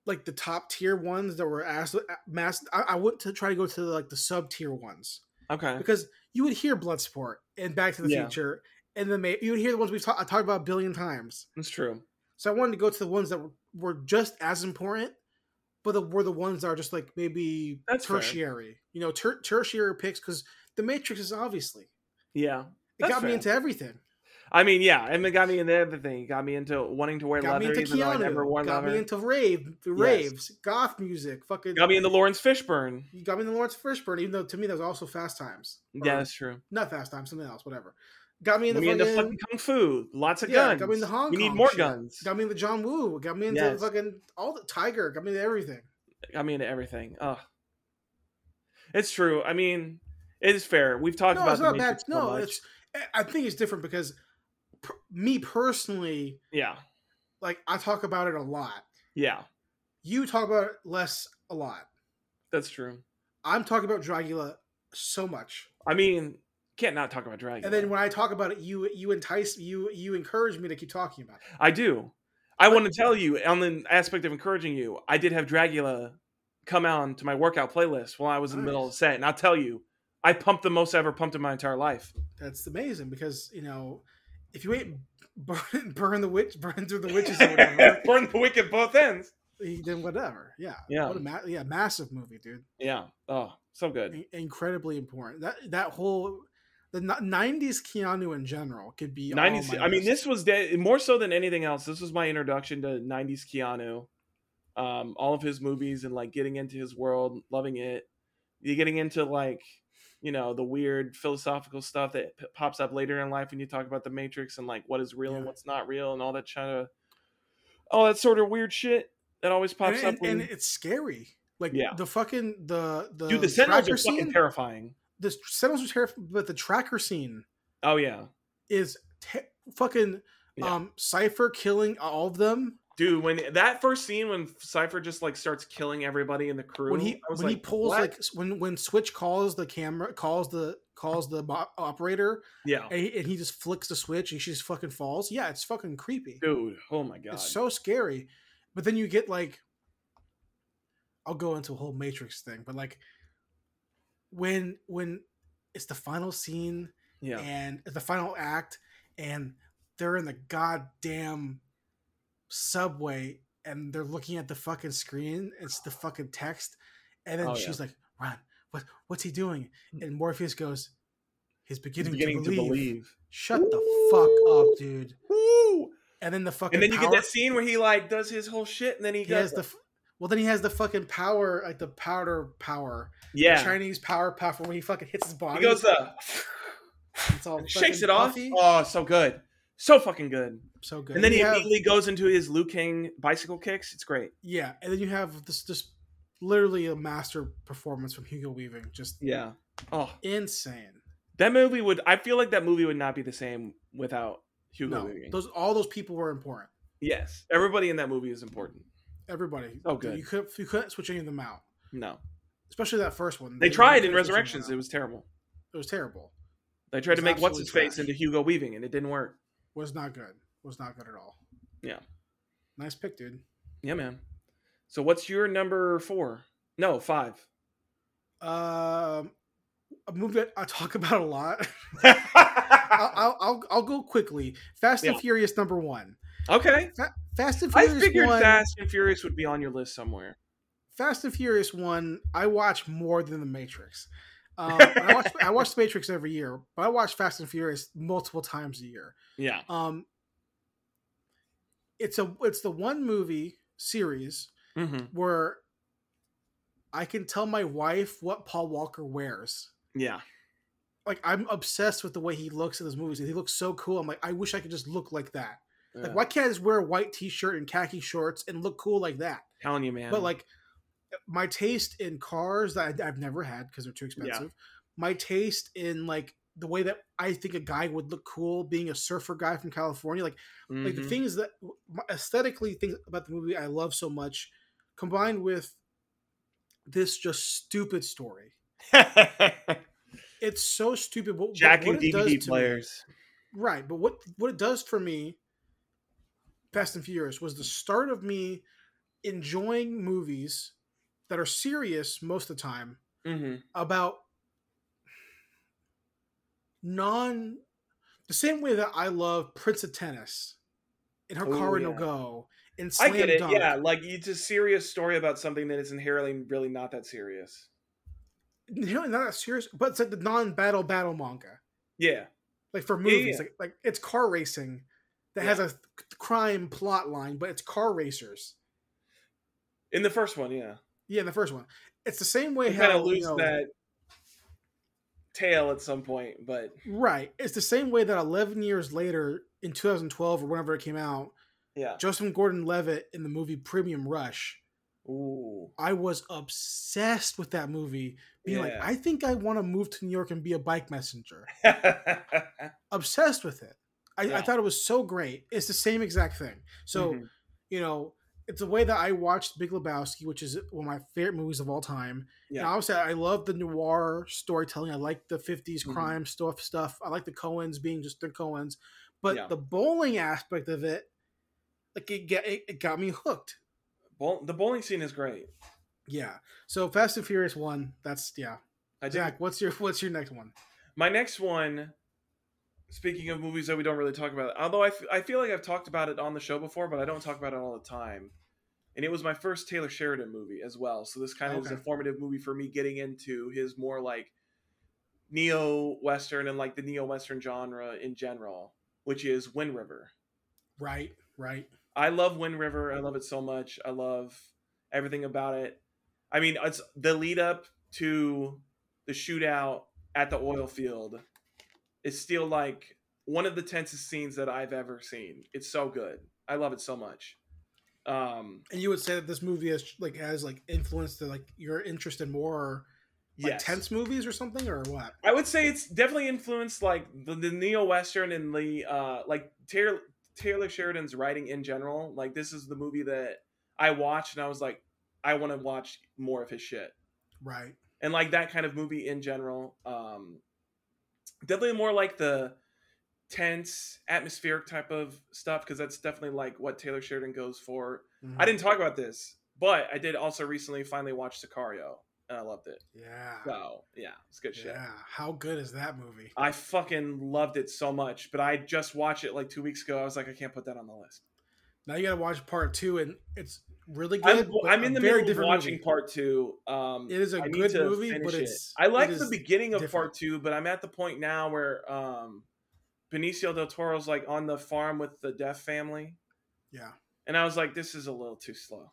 A: like the top tier ones that were asked, mass, I, I wouldn't to try to go to like the sub tier ones.
B: Okay.
A: because you would hear Bloodsport and Back to the
B: Yeah.
A: Future, and then ma- you would hear the ones we've ta- I talked about a billion times.
B: That's true.
A: So I wanted to go to the ones that were, were just as important, but the, were the ones that are just like maybe
B: That's fair.
A: tertiary. You know, ter- tertiary picks because The Matrix is obviously
B: Yeah.
A: it
B: That's
A: got me
B: fair.
A: into everything.
B: I mean, yeah, and it got me into everything. It got me into wanting to wear
A: Got
B: leather,
A: me into
B: even though I never wore
A: Keanu. Got
B: leather.
A: me into rave, the
B: Yes.
A: raves, goth music. Fucking
B: got me into Lawrence Fishburne.
A: You got me into Lawrence Fishburne, even though to me that was also Fast Times. Or
B: Yeah, that's true.
A: not Fast Times, something else, whatever. Got me into
B: Got me into
A: fucking
B: fucking kung fu. Lots of
A: Yeah,
B: guns.
A: got me into Hong
B: we need
A: Kong
B: more
A: shit.
B: guns. Got,
A: Got me into John Woo. Got me into
B: Yes.
A: fucking all the Tiger. Got me into everything.
B: me into everything. Ugh. It's true. I mean, it is fair. We've talked
A: No,
B: about
A: it's
B: the
A: not bad.
B: Matrix so
A: No,
B: much.
A: it's. I- I think it's different because per, me personally,
B: yeah,
A: like I talk about it a lot.
B: yeah,
A: You talk about it less a lot.
B: that's true.
A: I'm talking about Dracula so much,
B: I mean, can't not talk about Dragon.
A: and then when I talk about it, you you entice you you encourage me to keep talking about it.
B: I do. I want to tell you on the aspect of encouraging you. I did have Dragula come on to my workout playlist while I was in the middle of the set, and I'll tell you, I pumped the most I ever pumped in my entire [laughs] life.
A: That's amazing because you know if you ain't [laughs] burn, burn the witch burn through the witches or whatever,
B: Burn the wick at both ends.
A: then whatever. Yeah,
B: Yeah.
A: What a ma- yeah massive movie, dude.
B: Yeah. Oh, so good.
A: in- incredibly important. That that whole the nineties Keanu in general could be all on
B: Nineties.
A: my
B: I mean,
A: list.
B: this was de- more so than anything else. This was my introduction to '90s Keanu. Um, all of his movies and like getting into his world, loving it. You getting into like, you know, the weird philosophical stuff that p- pops up later in life when you talk about the Matrix and like what is real and
A: Yeah.
B: what's not real and all that kind of, all that sort of weird shit that always
A: and,
B: pops
A: and-
B: up. When,
A: and it's scary. Like
B: Yeah.
A: the fucking the the
B: dude, the Sentinels
A: tracker
B: are fucking
A: uh, scene-
B: terrifying.
A: The Sentinels are terrifying, but the tracker scene
B: Oh yeah,
A: is te- fucking
B: Yeah.
A: um Cipher killing all of them
B: dude. When that first scene when Cipher just like starts killing everybody in the crew,
A: when he
B: I was
A: when he
B: like,
A: pulls
B: "What?"
A: like s- when when Switch calls the camera calls the calls the bo- operator
B: yeah.
A: and he, and he just flicks the switch and she just fucking falls. Yeah, it's fucking creepy.
B: dude oh my god
A: It's so scary. But then you get like I'll go into a whole matrix thing, but like when when it's the final scene
B: yeah
A: and the final act and they're in the goddamn subway and they're looking at the fucking screen, it's the fucking text, and then
B: Oh, Hmm.
A: she's like, Run, what what's he doing? And Morpheus goes, He's
B: He's
A: beginning,
B: beginning
A: to, believe.
B: to believe
A: Shut the fuck up, dude.
B: Woo!
A: And then the fucking
B: and then you get
A: power-
B: that scene where he like does his whole shit and then he,
A: he has
B: does
A: the f- well then he has the fucking power like the powder power
B: yeah
A: chinese power power when he fucking hits his body
B: he goes the [laughs]
A: it's all
B: shakes
A: fucking
B: it off
A: puffy.
B: oh so good so fucking good
A: so good
B: and then
A: you
B: he
A: have,
B: immediately goes into his Liu Kang bicycle kicks it's great
A: yeah and then you have this this literally a master performance from Hugo Weaving. Just
B: Yeah. Oh,
A: insane.
B: that movie would. I feel like that movie would not be the same without Hugo
A: No,
B: Weaving.
A: those all those people were important.
B: yes, everybody in that movie is important.
A: Everybody.
B: Oh, good.
A: You could you couldn't switch any of them out,
B: No,
A: especially that first one.
B: they
A: You
B: tried
A: couldn't
B: in
A: switch them
B: Resurrections.
A: out.
B: It was terrible.
A: it was terrible.
B: They tried to
A: It's
B: make what's his
A: absolutely
B: face
A: trash.
B: into Hugo Weaving, and it didn't work.
A: was not good. Was not good at all.
B: Yeah.
A: Nice pick, dude.
B: Yeah, man. So what's your number four?
A: [laughs]
B: No, five.
A: Um, a movie that I talk [laughs] about a
B: [laughs]
A: lot. I'll,
B: okay.
A: I'll I'll I'll go quickly. Fast and
B: Yeah.
A: Furious number one. Fa- Fast and
B: I
A: Furious
B: figured
A: one.
B: Fast and Furious would be on your list somewhere.
A: Fast and Furious one. I watch more than the
B: [laughs]
A: Matrix. Um, and I watch I watch the Matrix every year, but I watch Fast and Furious multiple times a year.
B: Yeah.
A: Um, it's a it's the one movie series
B: Mm-hmm.
A: where I can tell my wife what Paul Walker wears.
B: Yeah.
A: Like I'm obsessed with the way he looks in those movies. He looks so cool. I'm like, I wish I could just look like that. Like,
B: Yeah.
A: why can't I just wear a white t-shirt and khaki shorts and look cool like that?
B: Telling you, man.
A: But like, my taste in cars that I, I've never had because they're too
B: Yeah.
A: expensive. My taste in like the way that I think a guy would look cool being a surfer guy from California. Like like the
B: [laughs] Mhm.
A: things that my- aesthetically things about the movie I love so much, combined with this just stupid story. It's so stupid. But, but
B: Jacking
A: what it does
B: DVD
A: to me-
B: players.
A: right? But what what it does for me, Fast and Furious, was the start of me enjoying movies that are serious most of the time
B: Mm-hmm.
A: about non the same way that I love Prince of Tennis and
B: Ooh,
A: Hikaru no
B: Oh, yeah.
A: Go and
B: I
A: Slam
B: get it.
A: Dunk.
B: Yeah, like it's a serious story about something that is inherently really not that serious.
A: You know, not that serious, but it's like the non-battle battle manga.
B: Yeah.
A: Like for
B: Yeah,
A: movies,
B: yeah.
A: like like it's car racing that has a th- crime plot line, but it's car racers.
B: In the first one, yeah.
A: Yeah, in the first one, it's the same way
B: They kind
A: how
B: of lose
A: you know,
B: that tail at some point, but
A: right. It's the same way that 11 years later, in 2012 or whenever it came out,
B: yeah.
A: Joseph Gordon-Levitt in the movie Premium Rush
B: Ooh.
A: I was obsessed with that movie. Being like,
B: Yeah.
A: I think I want to move to New York and be a bike messenger.
B: Mhm.
A: Obsessed with it. I, I
B: Yeah. Mm-hmm.
A: thought it was so great. It's the same exact thing. So, you know, it's the way that I watched Big Lebowski, which is one of my favorite movies of all time.
B: Yeah.
A: And obviously, I love the noir storytelling. I like the 50s
B: Mhm.
A: crime stuff, stuff. I like the Coens being just their Coens. But
B: Yeah.
A: the bowling aspect of it, like it, get- it, it got me hooked.
B: Bowl- the bowling scene is great.
A: Yeah. So Fast and Furious 1, that's, yeah.
B: I did
A: Zach, what's your what's your next one?
B: My next one, speaking of movies that we don't really talk about, although I, f- I feel like I've talked about it on the show before, but I don't talk about it all the time. And it was my first Taylor Sheridan movie as well. So this kind of was
A: Okay.
B: a formative movie for me getting into his more like neo Western and like the neo Western genre in general, which is Wind River.
A: Right, right.
B: I love Wind River. I love it so much. I love everything about it. I mean, it's the lead up to the shootout at the oil field is still like one of the tensest scenes that I've ever seen. It's so good. I love it so much. Um,
A: And you would say that this movie has like has like influenced the, like your interest in more like
B: yes.
A: tense movies or something or what?
B: I would say it's definitely influenced like the, the neo western and the uh like Taylor Taylor Sheridan's writing in general. Like this is the movie that I watched and I was like, I want to watch more of his shit.
A: Right.
B: and like that kind of movie in general. Um, definitely more like the tense, atmospheric type of stuff because that's definitely like what Taylor Sheridan goes for. I
A: Mhm.
B: didn't talk about this, but I did also recently finally watch Sicario and I loved it.
A: Yeah.
B: So yeah, it's good shit.
A: Ah. Yeah. How good is that movie?
B: I fucking loved it so much, but I just watched it like two weeks ago. I was like, I can't put that on the list.
A: Now you got to watch part 2 and it's really good.
B: I'm,
A: but
B: I'm
A: a
B: in the
A: very
B: middle of
A: different
B: watching
A: movie.
B: part two. Um,
A: It is a
B: I need
A: good
B: to
A: movie,
B: finish
A: but
B: it.
A: it's
B: I like
A: it
B: the
A: is-
B: beginning of
A: different.
B: part two, but I'm at the point now where um, Benicio del Toro's like on the farm with the deaf family,
A: Yeah.
B: and I was like, this is a little too slow.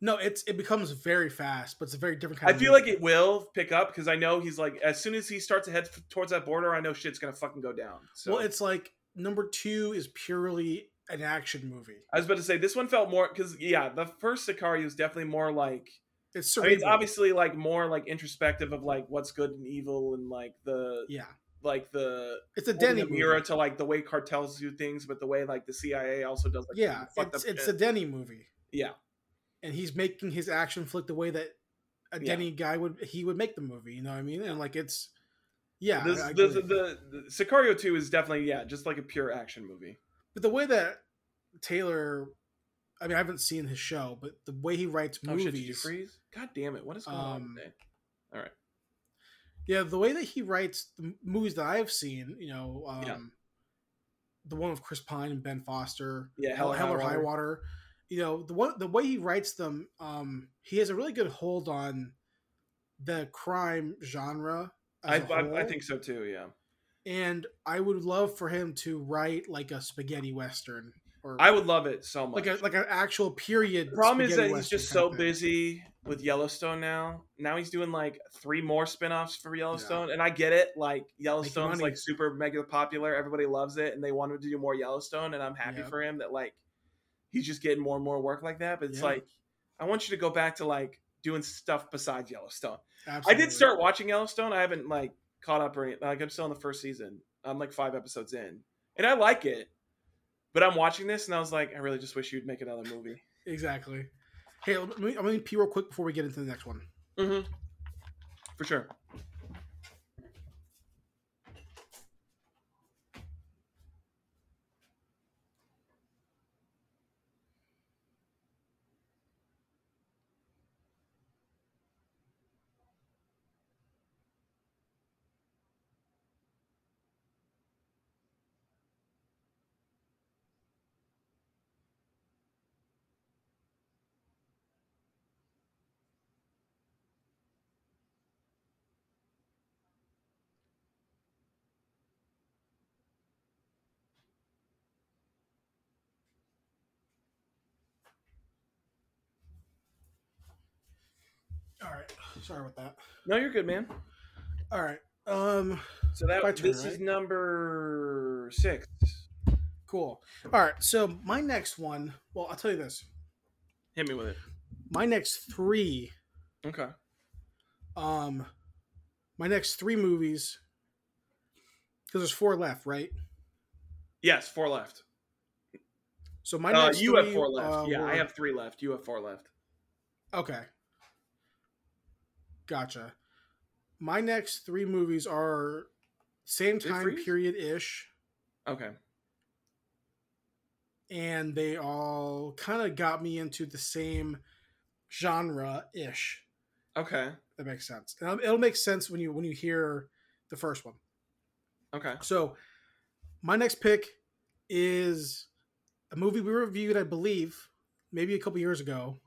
A: No, it's it becomes very fast, but it's a very different kind
B: I
A: of
B: feel
A: movie.
B: like it will pick up because I know he's like, as soon as he starts to head f- towards that border, I know shit's gonna fucking go down. So
A: Well, it's like number 2 is purely an action movie.
B: I was about to say this one felt more because yeah, the first Sicario is definitely more like
A: It's
B: I mean, it's
A: cerebral.
B: obviously like more like introspective of like what's good and evil and like the
A: yeah,
B: like the
A: it's a
B: holding
A: Denny
B: the mirror
A: movie.
B: to like the way cartels do things, but the way like the CIA also does like
A: Yeah,
B: fucked
A: it's
B: up
A: it's a
B: shit.
A: Denny movie,
B: yeah
A: and he's making his action flick the way that a
B: Yeah.
A: Denny guy would he would make the movie. You know what I mean? And like it's yeah,
B: this,
A: I
B: this,
A: agree.
B: the, the Sicario 2 is definitely yeah just like a pure action movie.
A: but the way that Taylor, I mean, I haven't seen his show, but the way he writes
B: Oh shit, did you
A: movies,
B: freeze? God damn it! What is going on
A: Um,
B: today?
A: yeah, the way that he writes the m- movies that I've seen, you know, um,
B: Yeah.
A: the one with Chris Pine and Ben Foster,
B: Yeah,
A: Hell,
B: Hell or
A: Hell or
B: High
A: High
B: Water.
A: Water, you know, the one the way he writes them, um, he has a really good hold on the crime genre.
B: I,
A: as a
B: I, I
A: whole.
B: think so too. Yeah,
A: and I would love for him to write like a spaghetti western or
B: I would love it so much.
A: like a like an actual period.
B: the problem is that
A: spaghetti
B: he's just
A: western
B: so
A: kind of thing.
B: busy with Yellowstone now. Now he's doing like three more spin-offs for Yellowstone, and I get it. Like Yellowstone's
A: money.
B: like super mega popular. Everybody loves it, and they want him to do more Yellowstone. And I'm happy
A: Yep.
B: for him that like he's just getting more and more work like that. But it's
A: Yeah.
B: like I want you to go back to like doing stuff besides Yellowstone. I
A: Absolutely.
B: did start watching Yellowstone. I haven't like caught up or anything. Like I'm still in the first season. I'm like five episodes in, and I like it. But I'm watching this, and I was like, I really just wish you'd make another movie.
A: exactly. Hey, let me, I'm gonna pee real quick before we get into the next one.
B: Mm-hmm. For sure.
A: All right, sorry about that.
B: No, you're good, man.
A: All right, um,
B: So that
A: My turn,
B: this is
A: right?
B: number six.
A: cool. All right, so my next one. Well, I'll tell you this.
B: Hit me with it.
A: My next three,
B: Okay.
A: um, my next three movies, because there's four left, right?
B: Yes, four left.
A: So my
B: Uh,
A: next
B: you
A: three,
B: have four left.
A: uh,
B: yeah, I
A: were-
B: have three left. You have four left.
A: Okay. Gotcha. My next three movies are same
B: Did it
A: time
B: freeze?
A: period ish,
B: Okay.
A: and they all kind of got me into the same genre ish.
B: Okay.
A: That makes sense. And it'll- it'll make sense when you when you hear the first one.
B: Okay.
A: So, my next pick is a movie we reviewed, I believe, maybe a couple years ago.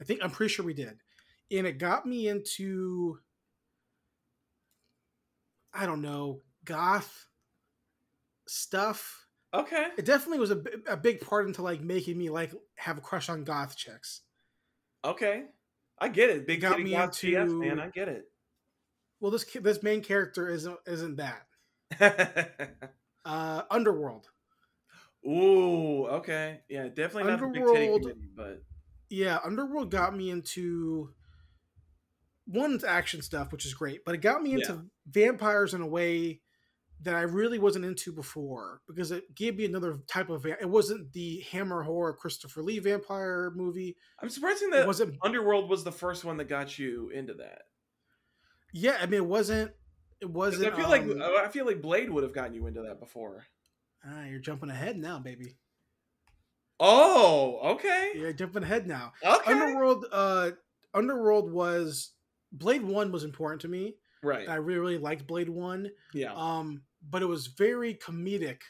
A: I think I'm pretty sure we did, and it got me into I don't know goth stuff.
B: Okay.
A: It definitely was a, bi- a big part into like making me like have a crush on goth chicks.
B: Okay. I get it. Big
A: Got
B: Kitty
A: me
B: Cat TF,
A: into-
B: man. I get it. [laughs]
A: Well, this ki- this main character isn't isn't that uh, Underworld.
B: Ooh, okay. Yeah, definitely not the big titty
A: Underworld.
B: committee, but
A: yeah underworld got me into one's action stuff which is great but it got me into vampires in a way that i really wasn't into before because it gave me another type of va- it wasn't the hammer horror christopher lee vampire movie
B: I'm surprising
A: it
B: that
A: wasn't
B: Underworld was the first one that got you into that.
A: yeah i mean it wasn't it
B: 'Cause
A: wasn't
B: I feel like uh,
A: um,
B: I feel like Blade would have gotten you into that before.
A: ah, you're jumping ahead now baby
B: Oh, okay.
A: you're jumping ahead now
B: [laughs] Okay.
A: underworld uh underworld was blade one was important to me
B: right.
A: i really really liked blade one
B: yeah.
A: um but it was very comedic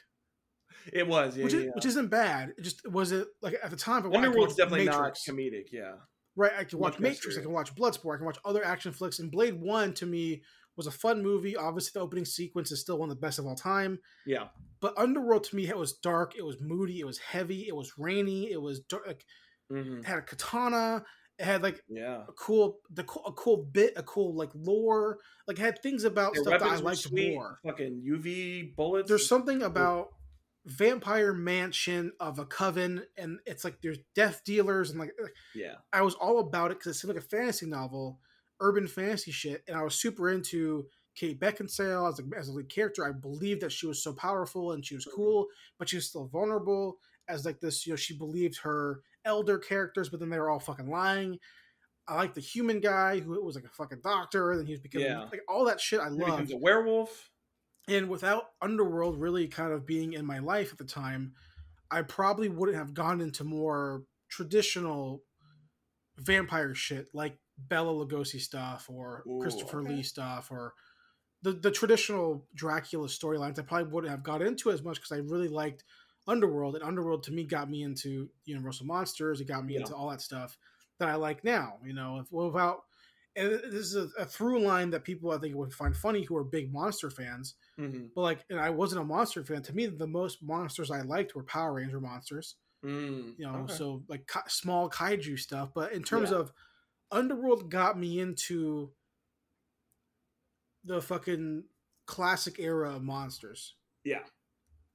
B: it was. Yeah.
A: which,
B: yeah.
A: is, which isn't bad it just was it like at the time I wa-
B: yeah.
A: I could
B: Underworld's
A: watch
B: definitely
A: Matrix,
B: not comedic. Yeah.
A: right i can
B: much
A: watch
B: more
A: matrix i
B: serious.
A: can watch bloodsport i can watch other action flicks and blade one to me was a fun movie obviously the opening sequence is still one of the best of all time
B: Yeah.
A: but underworld to me it was dark it was moody it was heavy it was rainy it was dark like,
B: hmm
A: it had a katana it had like
B: Yeah.
A: a cool the cool, a cool bit a cool like lore like it had things about
B: Their
A: stuff that i
B: weapons were
A: liked
B: sweet.
A: more
B: Fucking UV bullets.
A: there's something about vampire mansion of a coven, and it's like there's death dealers and like
B: Yeah.
A: I was all about it because it seemed like a fantasy novel, urban fantasy shit, and I was super into Kate Beckinsale as a, as a lead character. I believed that she was so powerful and she
B: Mm-hmm.
A: was cool, but she was still vulnerable. As like this, you know, she believed her elder characters, but then they were all fucking lying. I like the human guy who was like a fucking doctor, and then he was becoming
B: Yeah.
A: like all that shit. I
B: He becomes
A: loved
B: a werewolf.
A: and without underworld really kind of being in my life at the time i probably wouldn't have gone into more traditional vampire shit like bella lugosi stuff or
B: Ooh,
A: christopher
B: okay.
A: lee stuff or the, the traditional dracula storylines i probably wouldn't have got into as much because i really liked underworld and underworld to me got me into universal monsters it got me
B: Yeah.
A: into all that stuff that i like now you know if, without and this is a, a through line that people i think would find funny who are big monster fans
B: Mm-hmm.
A: but like, and I wasn't a monster fan. To me, the most monsters I liked were Power Ranger monsters.
B: Mm.
A: You know,
B: okay.
A: so like ki- small kaiju stuff. But in terms
B: Yeah.
A: of Underworld, got me into the fucking classic era of monsters.
B: Yeah.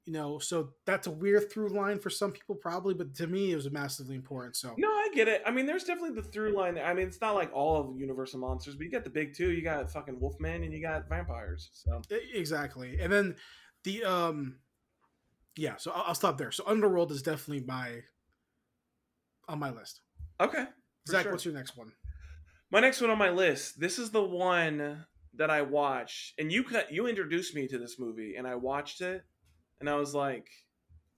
A: You know, so that's a weird through line for some people probably, but to me, it was massively important. So
B: No, I get it. I mean, there's definitely the through line. there. I mean, it's not like all of Universal monsters, but you got the big two. You got fucking Wolfman and you got vampires. So
A: E- exactly, and then the um, yeah. So I'll, I'll stop there. So Underworld is definitely my on my list.
B: okay, for
A: Zach,
B: sure.
A: what's your next one?
B: My next one on my list. This is the one that I watched, and you cut- you introduced me to this movie, and I watched it, and I was like,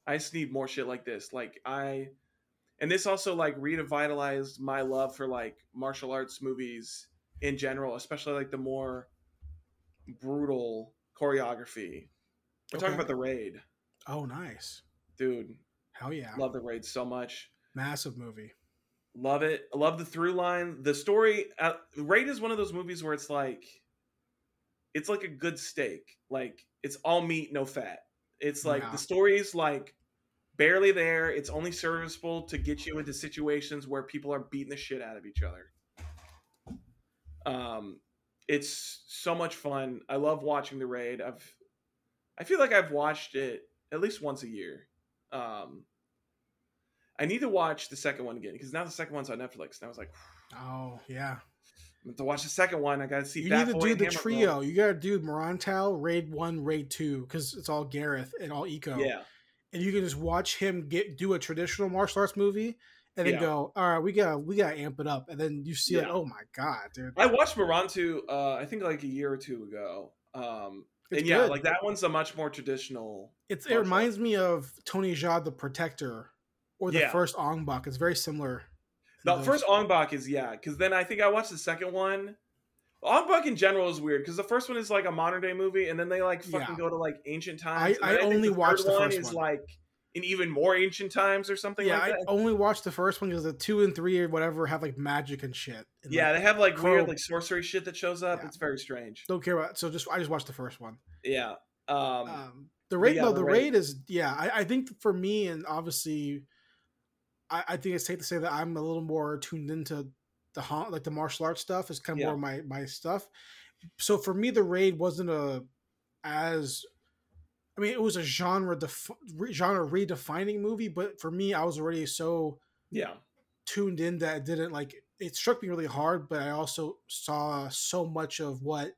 B: I just need more shit like this. Like I, and this also like revitalized my love for like martial arts movies in general, especially like the more brutal choreography. We're
A: Okay.
B: talking about the raid,
A: Oh, nice.
B: dude.
A: Hell yeah.
B: Love the raid so much.
A: Massive movie.
B: Love it. I Love the through line. The story. Uh, Raid is one of those movies where it's like, it's like a good steak. Like it's all meat, no fat. It's like
A: Yeah.
B: the story's like barely there. It's only serviceable to get you into situations where people are beating the shit out of each other. Um, it's so much fun. I love watching the raid. I've, I feel like I've watched it at least once a year. Um, I need to watch the second one again because now the second one's on Netflix, and I was like,
A: Oh, yeah.
B: I'm to watch the second one. I gotta see.
A: You
B: Fat
A: need to
B: Boy
A: do
B: and
A: the
B: Hammer
A: trio. You got to do Morontal, Raid 1, Raid 2, because it's all Gareth and all Eco.
B: Girl. Yeah,
A: And you can just watch him get do a traditional martial arts movie and then
B: Yeah.
A: go, all right, we got to we gotta amp it up. And then you see, like,
B: Yeah.
A: oh my God, dude.
B: I watched Marantu. Uh, I think like a year or two ago. Um,
A: It's
B: and yeah,
A: good.
B: like that one's a much more traditional.
A: It's, it
B: martial
A: reminds me of Tony Jaa, the Protector, or the
B: Yeah.
A: first Ong Bak. It's very similar. to
B: The
A: those.
B: first Ongbok is yeah, because then I think I watched the second one. Ongbok in general is weird because the first one is like a modern day movie, and then they like fucking
A: Yeah.
B: go to like ancient times.
A: I
B: and then think
A: only
B: third
A: watched the first
B: is
A: one.
B: like in even more ancient times or something.
A: Yeah,
B: like
A: I
B: that.
A: only watched the first one because the two and three or whatever have like magic and shit. And,
B: yeah,
A: like,
B: they have like weird
A: Crow.
B: like sorcery shit that shows up.
A: Yeah.
B: It's very strange.
A: don't care about. So just I just watched the first one.
B: Yeah. Um,
A: Um, the raid,
B: yeah,
A: though,
B: the
A: the
B: raid.
A: raid is yeah. I, I think for me, and obviously, I, I think it's safe to say that I'm a little more tuned into the haunt, like the martial arts stuff is kind of
B: Yeah.
A: more my my stuff. So for me, the raid wasn't a as I mean, it was a genre def- re- genre redefining movie, but for me, I was already so
B: yeah.
A: tuned in that it didn't like it struck me really hard but i also saw so much of what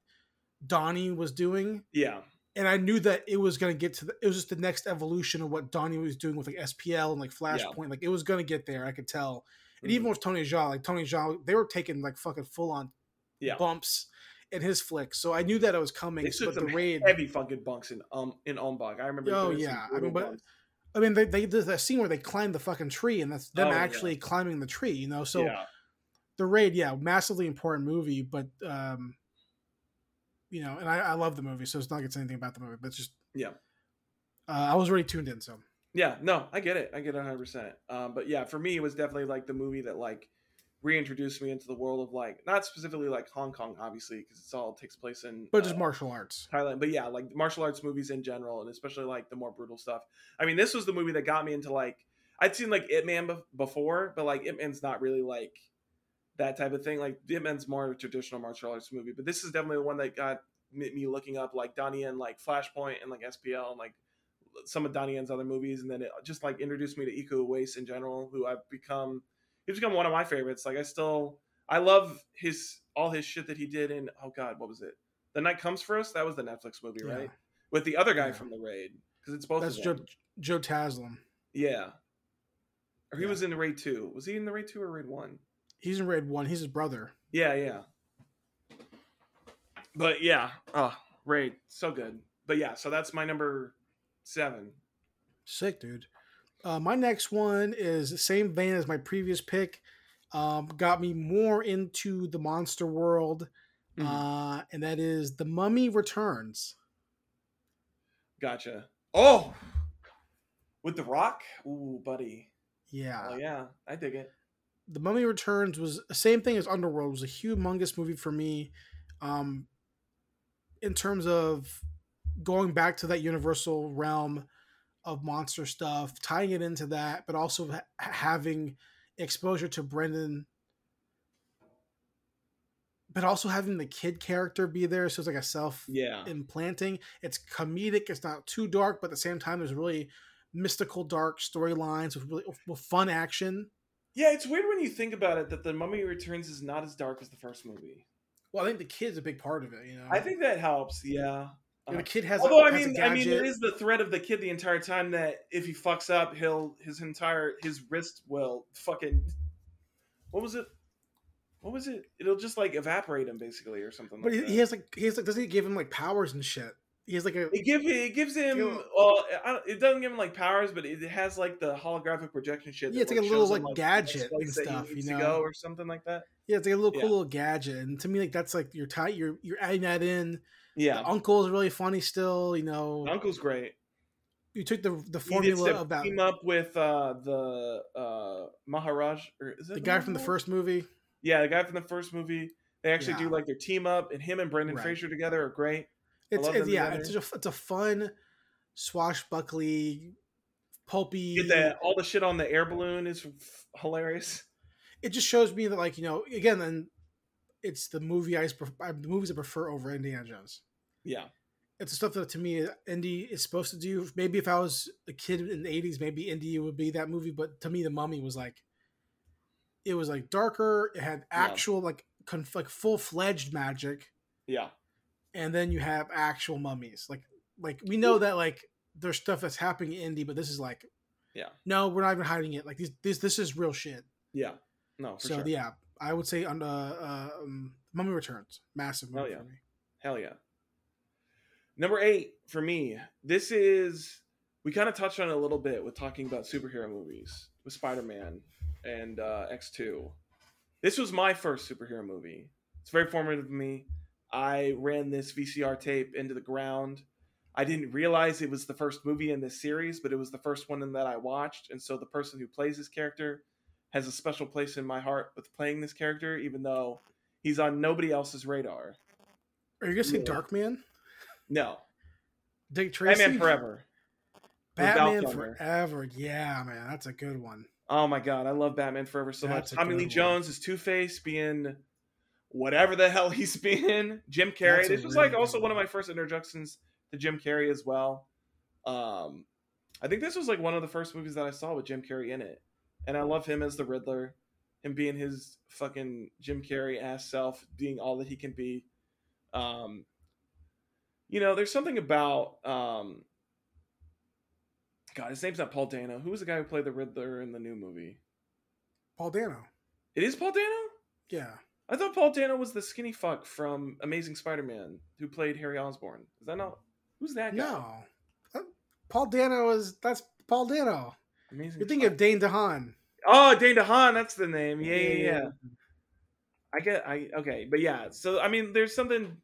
A: donnie was doing
B: Yeah.
A: and i knew that it was going to get to the, it was just the next evolution of what donnie was doing with like spl and like flashpoint like it was going to get there i could tell and
B: Mhm.
A: even with tony Jaa, like tony Jaa, they were taking like fucking full on
B: Yeah.
A: bumps in his flicks so i knew that it was coming
B: They
A: but
B: took
A: the
B: some
A: raid
B: heavy fucking bunks in um in Ombak. I remember.
A: Oh,
B: there was some
A: yeah. I
B: brutal
A: mean, but-
B: bunks.
A: i mean they, they there's that scene where they climb the fucking tree and that's them
B: Oh, yeah.
A: actually climbing the tree you know so
B: yeah,
A: the raid yeah massively important movie but um you know and i, I love the movie so it's not like it's anything about the movie but it's just
B: Yeah.
A: uh, i was already tuned in so
B: yeah, no, I get it. I get it 100. percent Um, but yeah, for me, it was definitely like the movie that like reintroduced me into the world of like not specifically like Hong Kong, obviously, because it's all takes place in
A: but just
B: uh,
A: martial arts
B: Thailand. But yeah, like martial arts movies in general, and especially like the more brutal stuff. I mean, this was the movie that got me into like I'd seen like It Man bef- before, but like It Man's not really like that type of thing. Like It Man's more of a traditional martial arts movie, but this is definitely the one that got me me looking up like Donnie and like Flashpoint and like SPL and like some of Donnie Yen's other movies, and then it just like introduced me to Iko Uwais in general, who I've become he's become one of my favorites. Like I still I love his all his shit that he did in oh god, what was it? The Night Comes for Us. That was the Netflix movie,
A: Yeah.
B: right? With the other guy
A: Yeah.
B: from the raid because it's both.
A: That's
B: of
A: Joe,
B: them.
A: Joe Taslim.
B: Yeah. Or he
A: Yeah.
B: was in raid two. Was he in the raid two or raid one?
A: He's in Raid One. He's his brother.
B: Yeah, yeah. But yeah, oh, raid so good. But yeah, so that's my number seven.
A: Sick, dude. Uh, my next one is the same vein as my previous pick. Um, got me more into the monster world,
B: Mhm.
A: uh, and that is The Mummy Returns.
B: Gotcha. Oh, with the Rock. Ooh, buddy.
A: Yeah,
B: Oh yeah, I dig it.
A: The Mummy Returns was the same thing as Underworld. It was a humongous movie for me, um, in terms of going back to that universal realm of monster stuff, tying it into that, but also ha- having exposure to Brendan, but also having the kid character be there. So it's like a self
B: Yeah.
A: implanting. It's comedic. It's not too dark, but at the same time, there's really mystical, dark storylines with really with fun action.
B: Yeah, it's weird when you think about it that the Mummy Returns is not as dark as the first movie.
A: Well, I think the kid's a big part of it. You know,
B: I think that helps. Yeah.
A: And the kid has.
B: Although
A: a,
B: I
A: has a
B: mean, I mean, there
A: gadget.
B: is the threat of the kid the entire time that if he fucks up, he'll his entire his wrist will fucking. What was it? What was it? It'll just like evaporate him basically, or something.
A: but
B: like
A: he,
B: that.
A: he has like he has like doesn't he give him like powers and shit? He has like a
B: It give it gives him
A: Yeah.
B: well, I don't- it doesn't give him like powers, but it has like the holographic projection shit.
A: Yeah, it's like a
B: shows
A: little,
B: him,
A: like,
B: the
A: gadget
B: place
A: and
B: that he
A: stuff, you
B: needs
A: know?
B: to go or something like that.
A: yeah, it's like a little cool
B: Yeah.
A: little gadget. And to me, like that's like you're tight. You're you're adding that in.
B: Yeah,
A: The uncle is really funny still. You know,
B: Uncle's great.
A: you took the the
B: He needs
A: formula
B: to
A: about
B: team up with uh, the uh, Maharaj or is it
A: the guy from the
B: Maharaj?
A: first movie.
B: Yeah, the guy from the first movie. They actually
A: Yeah.
B: do like their team up, and him and Brendan
A: Right.
B: Fraser together are great.
A: It's,
B: love
A: it's
B: them
A: yeah,
B: together.
A: it's just a, it's a fun swashbuckly, pulpy.
B: Get that all the shit on the air balloon is f- hilarious.
A: it just shows me that like you know again then it's the movie I pref- I- the movies I prefer over Indiana Jones.
B: Yeah,
A: It's the stuff that to me Indy is supposed to do. Maybe if I was a kid in the eighties, maybe Indy would be that movie. But to me, The Mummy was like it was like darker. It had
B: Yeah.
A: actual like conf- like full fledged magic,
B: yeah,
A: and then you have actual mummies. Like like we know that like there's stuff that's happening in Indy, but this is like
B: Yeah.
A: no, we're not even hiding it. Like these this this is real shit.
B: yeah. No, for
A: So
B: sure.
A: yeah, I would say on uh, uh, um, Mummy Returns, massive movie
B: Oh, yeah.
A: for me.
B: Hell yeah. Number eight for me. This is we kind of touched on it a little bit with talking about superhero movies with Spider Man and uh, X Two. This was my first superhero movie. It's very formative of me. I ran this VCR tape into the ground. I didn't realize it was the first movie in this series, but it was the first one that I watched. And so the person who plays this character has a special place in my heart with playing this character, even though he's on nobody else's radar.
A: Are you gonna say
B: Yeah.
A: Dark Darkman?
B: No,
A: Dick Tracy,
B: Batman Forever.
A: Batman
B: Val Kilmer.
A: Forever. Yeah, man, that's a good one.
B: Oh my god, I love Batman Forever so
A: That's a
B: much. Tommy
A: good
B: Lee
A: one.
B: Jones is Two Face being whatever the hell he's [laughs] been. Jim Carrey.
A: That's a
B: This was
A: really
B: like also
A: good
B: one of
A: one.
B: my first introductions to Jim Carrey as well. Um, I think this was like one of the first movies that I saw with Jim Carrey in it, and I love him as the Riddler, him being his fucking Jim Carrey ass self, being all that he can be. Um, you know, there's something about um, God, his name's not Paul Dano. Who was the guy who played the Riddler in the new movie?
A: Paul Dano.
B: It is Paul Dano?
A: Yeah,
B: I thought Paul Dano was the skinny fuck from Amazing Spider-Man who played Harry Osborn. Is that not who's that guy?
A: no, That- Paul Dano is that's Paul Dano.
B: Amazing.
A: You're thinking of
B: Spider-
A: Dane DeHaan.
B: Oh, Dane DeHaan, that's the name. Yeah, yeah,
A: Yeah,
B: yeah.
A: yeah.
B: I get I okay, but yeah. So I mean there's something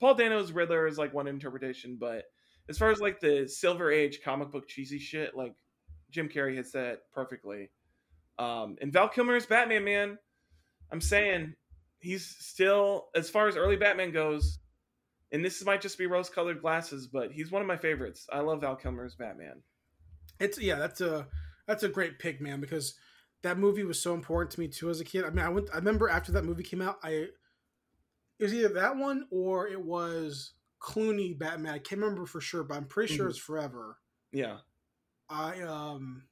B: Paul Dano's Riddler is like one interpretation, but as far as like the Silver Age comic book cheesy shit, like Jim Carrey hits that perfectly. Um, and Val Kilmer's Batman, man. I'm saying he's still, as far as early Batman goes, and this might just be rose colored glasses, but he's one of my favorites. I love Val Kilmer's Batman.
A: It's yeah, that's a that's a great pick, man, because that movie was so important to me too as a kid. I mean, I went. I remember after that movie came out, I it was either that one or it was Clooney Batman. I can't remember for sure, but I'm pretty sure
B: Mhm.
A: it's Forever.
B: Yeah.
A: I um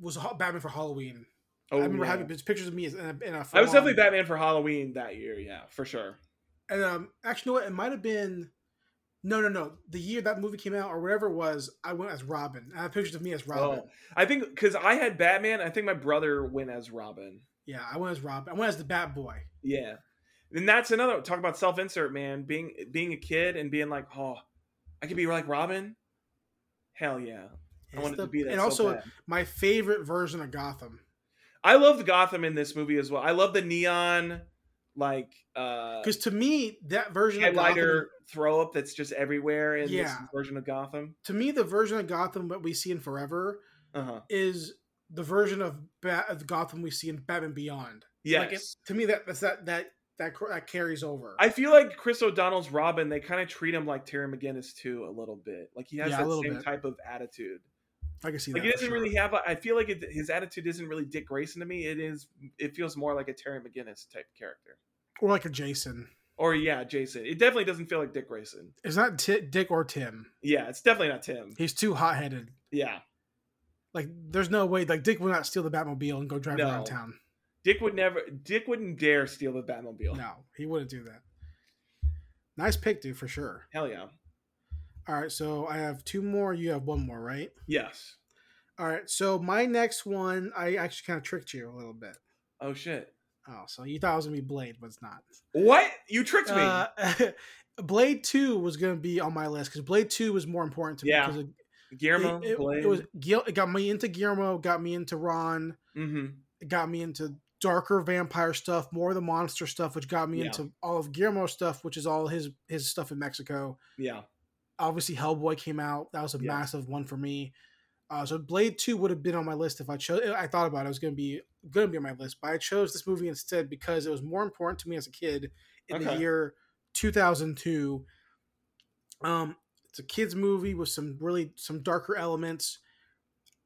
A: was Ho- Batman for Halloween.
B: Oh,
A: I remember
B: yeah.
A: having just pictures of me in a, in a
B: I was
A: full-on-
B: definitely Batman for Halloween that year. Yeah, for sure.
A: And um, actually, you know what? It might have been. No, no, no. The year that movie came out, or whatever it was, I went as Robin. I have pictures of me as Robin.
B: Oh. I think because I had Batman. I think my brother went as Robin.
A: Yeah, I went as Robin. I went as the Bat Boy.
B: Yeah. And that's another talk about self insert, man. Being being a kid and being like, oh, I could be like Robin. Hell yeah. I
A: It's
B: wanted
A: the-
B: to be that.
A: and
B: so
A: also
B: bad.
A: my favorite version of Gotham.
B: I loved Gotham in this movie as well. I love the neon like uh
A: Because to me, that version of Gotham,
B: headliner throw up that's just everywhere in this
A: Yeah.
B: version of Gotham.
A: to me, the version of Gotham that we see in Forever
B: Uh-huh.
A: is the version of, Bat, of Gotham we see in Batman Beyond.
B: Yes.
A: Like, it- to me, that that's that that that cor- that carries over.
B: I feel like Chris O'Donnell's Robin, they kind of treat him like Terry McGinnis too, a little bit. Like he has
A: Yeah, a
B: that
A: little
B: same
A: bit.
B: type of attitude.
A: I can see
B: Like
A: that.
B: he
A: for
B: doesn't
A: sure.
B: really have. A, I feel like it, his attitude isn't really Dick Grayson to me. It is. It feels more like a Terry McGinnis type character.
A: or like a Jason.
B: Or yeah, Jason. It definitely doesn't feel like Dick Grayson.
A: It's not Ti- Dick or Tim.
B: Yeah, it's definitely not Tim.
A: He's too hot headed.
B: Yeah,
A: Like, there's no way. Like, Dick will not steal the Batmobile and go drive
B: No.
A: around town.
B: Dick would never. Dick wouldn't dare steal the Batmobile.
A: No, he wouldn't do that. Nice pick, dude, for sure.
B: Hell yeah.
A: All right, so I have two more. You have one more, right?
B: Yes.
A: All right, so my next one, I actually kind of tricked you a little bit.
B: Oh shit.
A: Oh, so you thought it was gonna be Blade, but it's not.
B: What? You tricked me.
A: Uh, [laughs] Blade Two was gonna be on my list because Blade Two was more important to me.
B: Yeah.
A: 'cause it-
B: Guillermo.
A: it, it-
B: Blade.
A: it was Gil- it got me into Guillermo, got me into Ron,
B: hmm
A: it got me into darker vampire stuff, more of the monster stuff, which got me
B: Yeah.
A: into all of Guillermo's stuff, which is all his his stuff in Mexico.
B: Yeah.
A: obviously Hellboy came out. That was a
B: Yeah.
A: massive one for me. Uh, so Blade Two would have been on my list if I chose. I thought about it. it was going to be going to be on my list, but I chose this movie instead because it was more important to me as a kid in the
B: Okay.
A: year 2002. Um, it's a kids movie with some really some darker elements.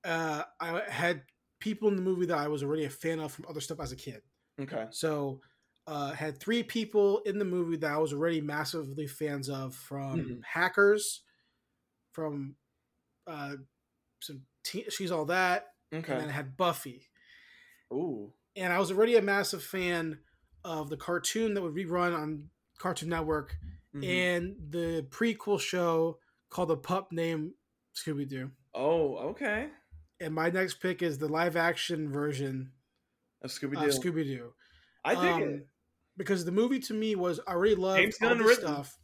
A: Uh, I had people in the movie that I was already a fan of from other stuff as a kid.
B: Okay.
A: So uh, had three people in the movie that I was already massively fans of from
B: Mhm.
A: Hackers, from uh, some te- She's All That, and then
B: Okay.
A: I had Buffy.
B: Ooh.
A: And I was already a massive fan of the cartoon that would rerun on Cartoon Network
B: Mhm.
A: and the prequel show called The Pup Named Scooby Doo.
B: oh. Okay.
A: And my next pick is the live action version
B: Of Scooby Doo.
A: of Scooby Doo.
B: I dig
A: Um,
B: it.
A: because the movie to me was I already loved
B: James
A: all
B: Gunn
A: the
B: written.
A: stuff.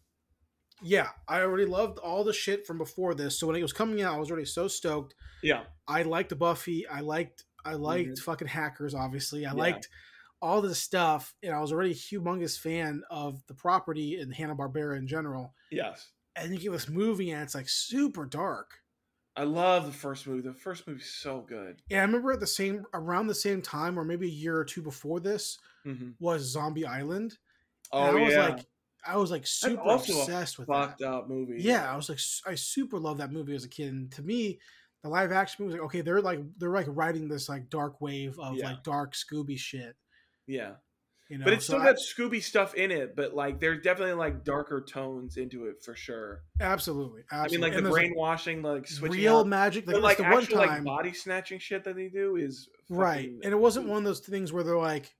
A: Yeah, I already loved all the shit from before this. So when it was coming out, I was already so stoked.
B: Yeah.
A: I liked Buffy. I liked I liked fucking hackers. Obviously, I
B: Mm-hmm. Yeah.
A: liked all this stuff, and I was already a humongous fan of the property and Hanna Barbera in general.
B: Yes.
A: And you get this movie, and it's like super dark.
B: I love the first movie. The first movie's so good.
A: And I remember at the same around the same time, or maybe a year or two before this,
B: Mm-hmm.
A: was Zombie Island.
B: Oh
A: and I
B: yeah.
A: was like, I was like super
B: also a
A: obsessed with that.
B: fucked up movie.
A: yeah i was like s- i super loved that movie as a kid and to me the live action movie was like okay they're like they're like riding this like dark wave of
B: Yeah.
A: like dark scooby shit
B: Yeah.
A: you know
B: but it's
A: So
B: still
A: I-
B: got Scooby stuff in it. But like, there's definitely like darker tones into it for sure.
A: absolutely, absolutely
B: I mean, like
A: And
B: the
A: there's,
B: brainwashing, like switching
A: real
B: out.
A: magic like,
B: but
A: it's
B: like
A: the one
B: actual like
A: time
B: body snatching shit that they do is
A: right
B: fucking-
A: and it wasn't one of those things where they're like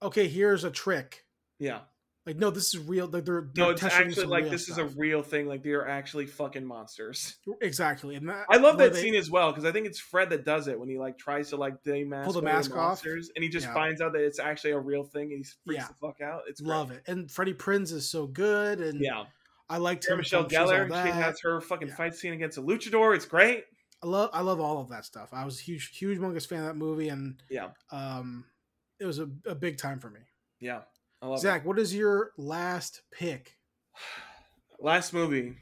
A: okay here's a trick
B: yeah.
A: like no this is real like they're, they're
B: No, it's
A: testing
B: actually
A: some
B: like
A: real
B: this is a
A: stuff.
B: real thing. Like they are actually fucking monsters.
A: exactly and that,
B: I love
A: where
B: that
A: they-
B: scene as well because I think it's Fred that does it when he like tries to like demask
A: Pull the
B: all
A: mask off.
B: monsters and he just
A: Yeah.
B: finds out that it's actually a real thing and he freaks
A: Yeah.
B: the fuck out. It's great.
A: love it and freddie prinz is so good and
B: Yeah,
A: i liked
B: Sarah
A: him
B: Michelle
A: from She's All
B: Gellar, she
A: That.
B: has her fucking
A: Yeah.
B: fight scene against a luchador. It's great.
A: I love I love all of that stuff. I was a huge huge Mungus fan of that movie, and
B: Yeah.
A: um, it was a, a big time for me.
B: Yeah, I love
A: Zach, what is your last pick?
B: it. [sighs] Last movie.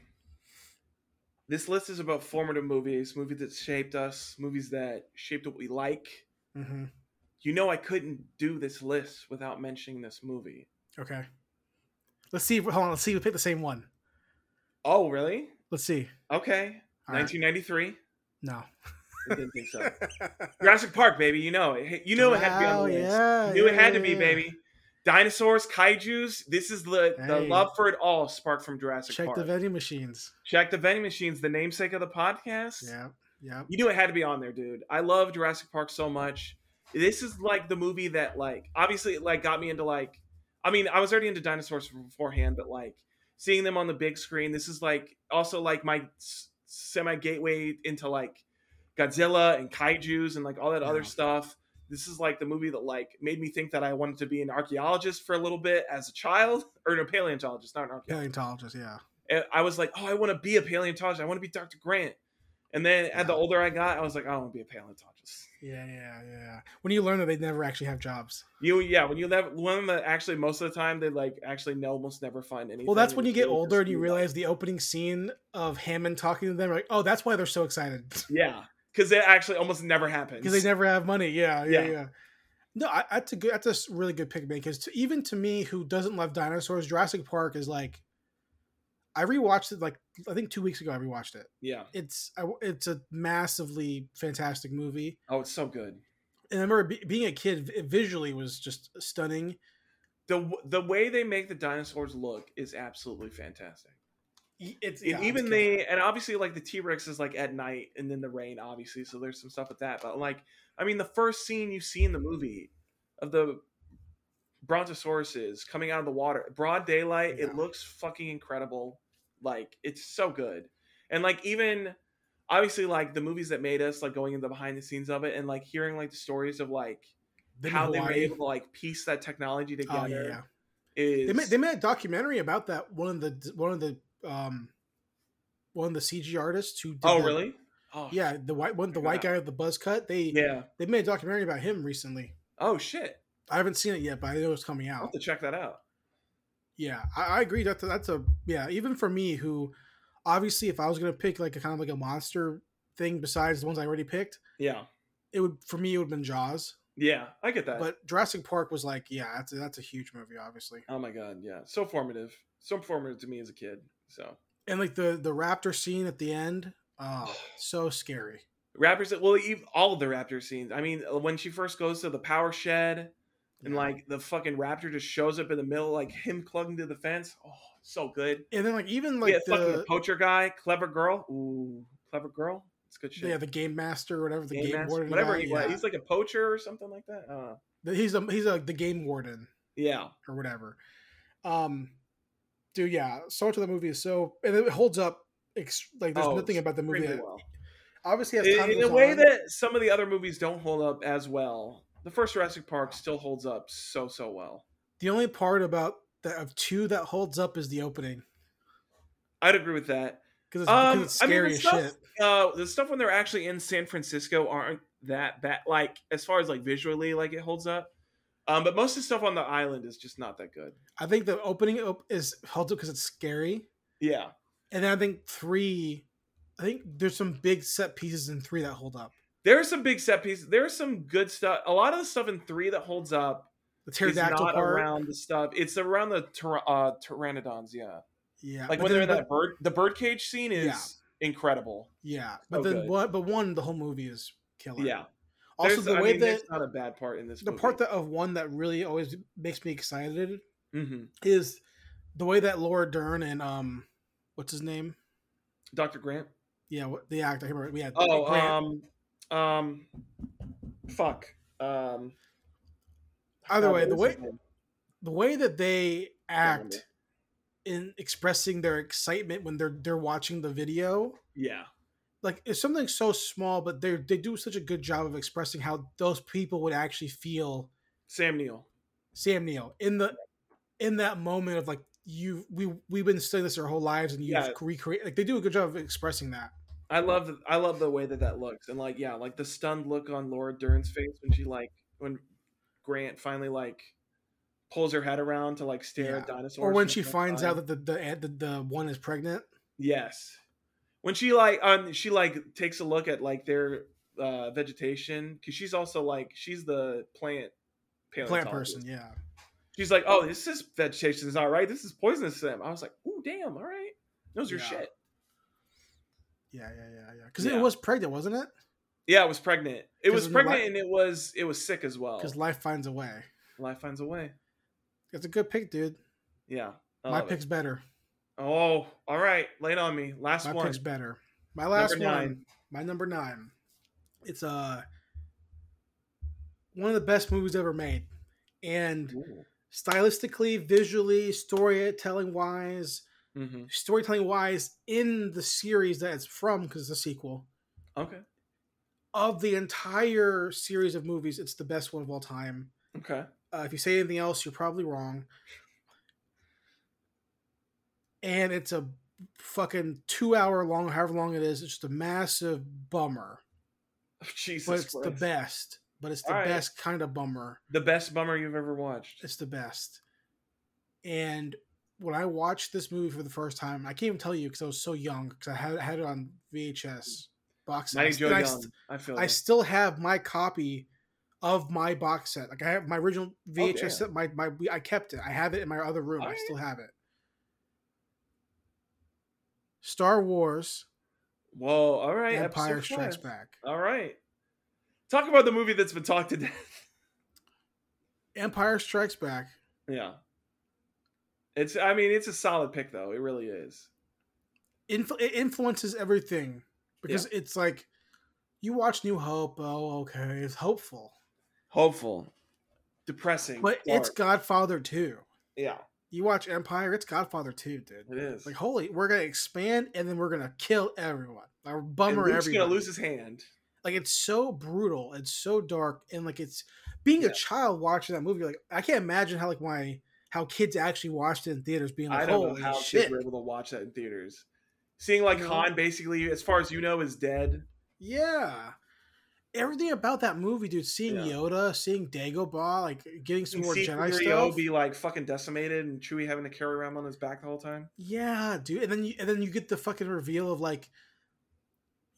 B: This list is about formative movies, movies that shaped us, movies that shaped what we like.
A: hmm
B: You know, I couldn't do this list without mentioning this movie.
A: Okay, let's see. if- Hold on, let's see. if We picked the same one.
B: Oh, really?
A: Let's see.
B: Okay,
A: All right.
B: 1993.
A: No.
B: I
A: [laughs]
B: didn't think so. Jurassic Park, baby. [laughs] You know it. You knew it had to be on
A: Wow,
B: the list.
A: Oh, yeah,
B: you knew it
A: yeah,
B: had to be,
A: yeah, yeah.
B: baby. Dinosaurs, kaiju's. This is the, the
A: Hey.
B: love for it all sparked from Jurassic
A: Check
B: Park.
A: the vending machines.
B: Check the vending machines, the namesake of the podcast.
A: Yeah, yeah.
B: You knew it had to be on there, dude. I love Jurassic Park so much. This is like the movie that like obviously it, like got me into like I mean, I was already into dinosaurs beforehand, but like seeing them on the big screen, this is like also like my semi gateway into like Godzilla and kaiju's and like all that other
A: Yeah.
B: stuff. This is like the movie that like made me think that I wanted to be an archaeologist for a little bit as a child or a paleontologist, not an archaeologist
A: Paleontologist. Yeah,
B: and I was like, oh, I want to be a paleontologist. I want to be Dr. Grant. And then as the
A: Yeah.
B: older I got, I was like, I want to be a paleontologist.
A: yeah, yeah, yeah. When you learn that they never actually have jobs.
B: You, yeah, when you never, when the, actually most of the time they like actually no, almost never find anything.
A: Well, that's when you
B: It's
A: get
B: really
A: older and you
B: just-
A: realize the opening scene of Hammond talking to them. Like, oh, that's why they're so excited [laughs]
B: yeah, because it actually almost never happens.
A: because they never have money. Yeah, yeah,
B: Yeah.
A: yeah. No, I, that's a good. That's a s- really good pick, man. Because even to me, who doesn't love dinosaurs, Jurassic Park is like. I rewatched it like I think two weeks ago. I rewatched it.
B: yeah.
A: It's I, it's a massively fantastic movie,
B: Oh, it's so good.
A: and I remember be, being a kid. It visually was just stunning.
B: The w- the way they make the dinosaurs look is absolutely fantastic.
A: Y- E, It's
B: And
A: yeah, it's
B: even
A: good.
B: they and obviously like the t-rex is like at night and then the rain obviously so there's some stuff with that but like i mean the first scene you see in the movie of the brontosauruses coming out of the water broad daylight
A: Yeah.
B: it looks fucking incredible like it's so good and like even obviously like the movies that made us like going into the behind the scenes of it and like hearing like the stories of like
A: Been to
B: how they were
A: Hawaii.
B: able to like piece that technology together
A: Oh yeah, yeah.
B: is
A: They made, they made a documentary about that. One of the one of the um, one of the CG artists who. Did
B: oh
A: the-
B: really oh
A: Yeah, the white one, the
B: Check it
A: white
B: out.
A: guy with the buzz cut. They
B: yeah
A: they made a documentary about him recently.
B: oh shit
A: I haven't seen it yet, but I know it's coming
B: i'll have
A: out.
B: to check that out
A: Yeah, I, I agree. That's a, that's a yeah. Even for me, who obviously, if I was gonna pick like a kind of like a monster thing besides the ones I already picked,
B: yeah
A: it would for me it would have been Jaws.
B: Yeah, I get that.
A: But Jurassic Park was like, yeah, that's a, that's a huge movie, obviously.
B: oh my god, yeah, so formative, so formative to me as a kid. So
A: And like the the raptor scene at the end, oh,
B: [sighs]
A: so scary.
B: raptors, well, ev all of the raptor scenes. I mean, when she first goes to the power shed and
A: Yeah.
B: like the fucking raptor just shows up in the middle, like him clung to the fence. Oh, so good.
A: And then like even like
B: yeah, fucking the
A: the,
B: poacher guy, clever girl. Ooh, clever girl. It's good shit.
A: yeah the game master or whatever the game,
B: Game Master,
A: warden
B: whatever
A: guy,
B: he was,
A: yeah.
B: he's like a poacher or something like that. Uh,
A: he's a he's a the game warden.
B: yeah,
A: or whatever. Um, dude, yeah, so much of the movie is so and it holds up. Ex- like there's
B: Oh,
A: nothing about the movie
B: pretty
A: that
B: well.
A: obviously as time
B: in, in a
A: goes
B: way
A: on-
B: that some of the other movies don't hold up as well. The first Jurassic Park still holds up so so well.
A: the only part about that of two that holds up is the opening
B: I'd agree with that.
A: because it's,
B: Um,
A: because it's
B: I mean,
A: scary
B: the
A: as
B: stuff,
A: shit.
B: uh, the stuff when they're actually in San Francisco aren't that bad. Like as far as like visually, like it holds up. Um, but most of the stuff on the island is just not that good.
A: I think the opening op- is holds up because it's scary,
B: Yeah,
A: and then I think three. I think there's some big set pieces in three that hold up.
B: there are some big set pieces. There is some good stuff. A lot of the stuff in three that holds up
A: The
B: is not
A: pterodactyl part,
B: around the stuff. It's around the tyra- uh, pteranodons. Yeah,
A: yeah,
B: like
A: but
B: when they're in
A: then-
B: that
A: but-
B: bird. The birdcage scene is incredible.
A: yeah, but
B: so
A: then
B: Oh, good.
A: what? But one, the whole movie is killer.
B: Yeah.
A: Also,
B: There's-
A: the
B: I
A: way
B: mean,
A: that
B: Oh, there's not a bad part in this.
A: the part that of one that really always makes me excited
B: hmm
A: is the way that Laura Dern and um, what's his name?
B: Dr. Grant.
A: Yeah, what, the actor. I can't remember. Yeah,
B: Oh,
A: Grant.
B: um, um, fuck. Um,
A: Either
B: God,
A: way,
B: what
A: the
B: is
A: way
B: his name?
A: the way that they
B: remember.
A: act in expressing their excitement when they're they're watching the video,
B: Yeah,
A: like it's something so small, but they they do such a good job of expressing how those people would actually feel.
B: Sam Neill.
A: Sam Neill in the in that moment of like you we we've been studying this our whole lives and you've
B: Yeah.
A: recreate like they do a good job of expressing that.
B: I love, th- I love the way that that looks, and like, yeah, like the stunned look on Laura Dern's face when she like when Grant finally like pulls her head around to like stare at
A: Yeah.
B: dinosaurs,
A: or when
B: for
A: she
B: the first
A: finds
B: time.
A: out that the the, the the one is pregnant.
B: Yes. When she like um she like takes a look at like their uh vegetation cuz she's also like she's the plant
A: Plant
B: paleontologist.
A: person, yeah.
B: She's like, "Oh, this is vegetation is all right. This is poisonous to them." I was like, "Ooh, damn. All right. Knows your
A: Yeah.
B: shit."
A: Yeah, yeah, yeah, yeah. Because
B: Yeah.
A: it was pregnant, wasn't it?
B: Yeah, it was pregnant. It
A: 'Cause
B: was
A: in the li-
B: Oh. pregnant and it was it was sick as well.
A: Because life finds a way.
B: Life finds a way.
A: That's a good pick, dude.
B: Yeah. I
A: My
B: love it.
A: pick's better.
B: Oh, all right. Lay it on me. Last
A: My
B: one.
A: pick's better. My last
B: Number
A: one.
B: nine.
A: My number nine. It's uh one of the best movies ever made, and
B: Ooh.
A: stylistically, visually, storytelling wise,
B: Mhm.
A: storytelling wise, in the series that it's from because it's a sequel
B: Okay.
A: of the entire series of movies. It's the best one of all time.
B: Okay. [laughs]
A: Uh, if you say anything else, you're probably wrong. And it's a fucking two hour long, however long it is. It's just a massive bummer,
B: Jesus
A: but it's
B: Christ.
A: the best. But it's the
B: All right.
A: best kind of bummer.
B: The best bummer you've ever watched.
A: It's the best. And when I watched this movie for the first time, I can't even tell you because I was so young because I had, had it on VHS box set.
B: Mighty Joe
A: And I
B: Young.
A: st-
B: I feel
A: I
B: you.
A: still have my copy of my box set. Like I have my original
B: Oh,
A: VHS
B: damn.
A: set. My my I kept it. I have it in my other room. I
B: Alright.
A: still have it. Star Wars:
B: Whoa. All right.
A: Empire
B: episode
A: Strikes
B: five.
A: Back.
B: All right. Talk about the movie that's been talked to [laughs] death.
A: Empire Strikes Back.
B: yeah. It's. I mean, it's a solid pick though. It really is.
A: Influ- it influences everything because it's like you watch New Hope. Oh, okay, it's hopeful,
B: Hopeful. Depressing.
A: but it's
B: dark.
A: Godfather too.
B: yeah.
A: You watch Empire, it's Godfather too, dude.
B: It is.
A: Like holy, we're gonna expand and then we're gonna kill everyone. Or
B: And
A: bummer
B: Luke's
A: everyone.
B: gonna lose his hand.
A: like it's so brutal it's so dark and like it's being a
B: Yeah.
A: child watching that movie like i can't imagine how like my how kids actually watched it in theaters being
B: I
A: like
B: don't know
A: holy
B: how
A: shit
B: kids were able to watch that in theaters. Seeing like
A: Mhm.
B: Han basically, as far as you know, is dead.
A: yeah everything about that movie dude seeing
B: Yeah.
A: yoda seeing dagobah like getting some
B: You
A: more
B: see
A: jedi
B: Rio
A: stuff
B: be like fucking decimated, and Chewie having to carry around on his back the whole time.
A: yeah dude and then you, and then you get the fucking reveal of like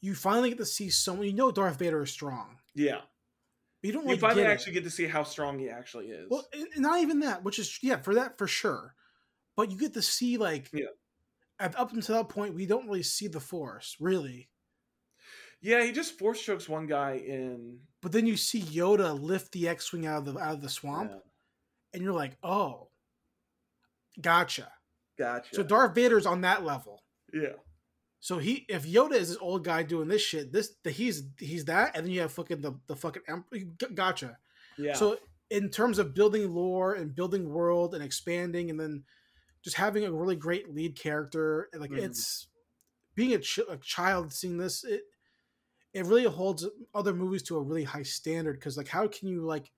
A: you finally get to see someone you know darth vader is strong but
B: Yeah,
A: you don't
B: you
A: like
B: finally
A: get it.
B: actually get to see how strong he actually is.
A: Well, and- and not even that, which is yeah, for that for sure. But you get to see like
B: Yeah.
A: at, up until that point, we don't really see the force really.
B: yeah, he just force chokes one guy in.
A: But then you see Yoda lift the X-wing out of the out of the swamp,
B: Yeah,
A: and you're like, oh, gotcha.
B: gotcha.
A: So Darth Vader's on that level.
B: yeah,
A: So he, if Yoda is this old guy doing this shit, this the, he's he's that, and then you have fucking the the fucking em- g- gotcha.
B: yeah.
A: So in terms of building lore and building world and expanding and then just having a really great lead character and like
B: Mhm.
A: it's being a, ch- a child seeing this it it really holds other movies to a really high standard cuz like how can you like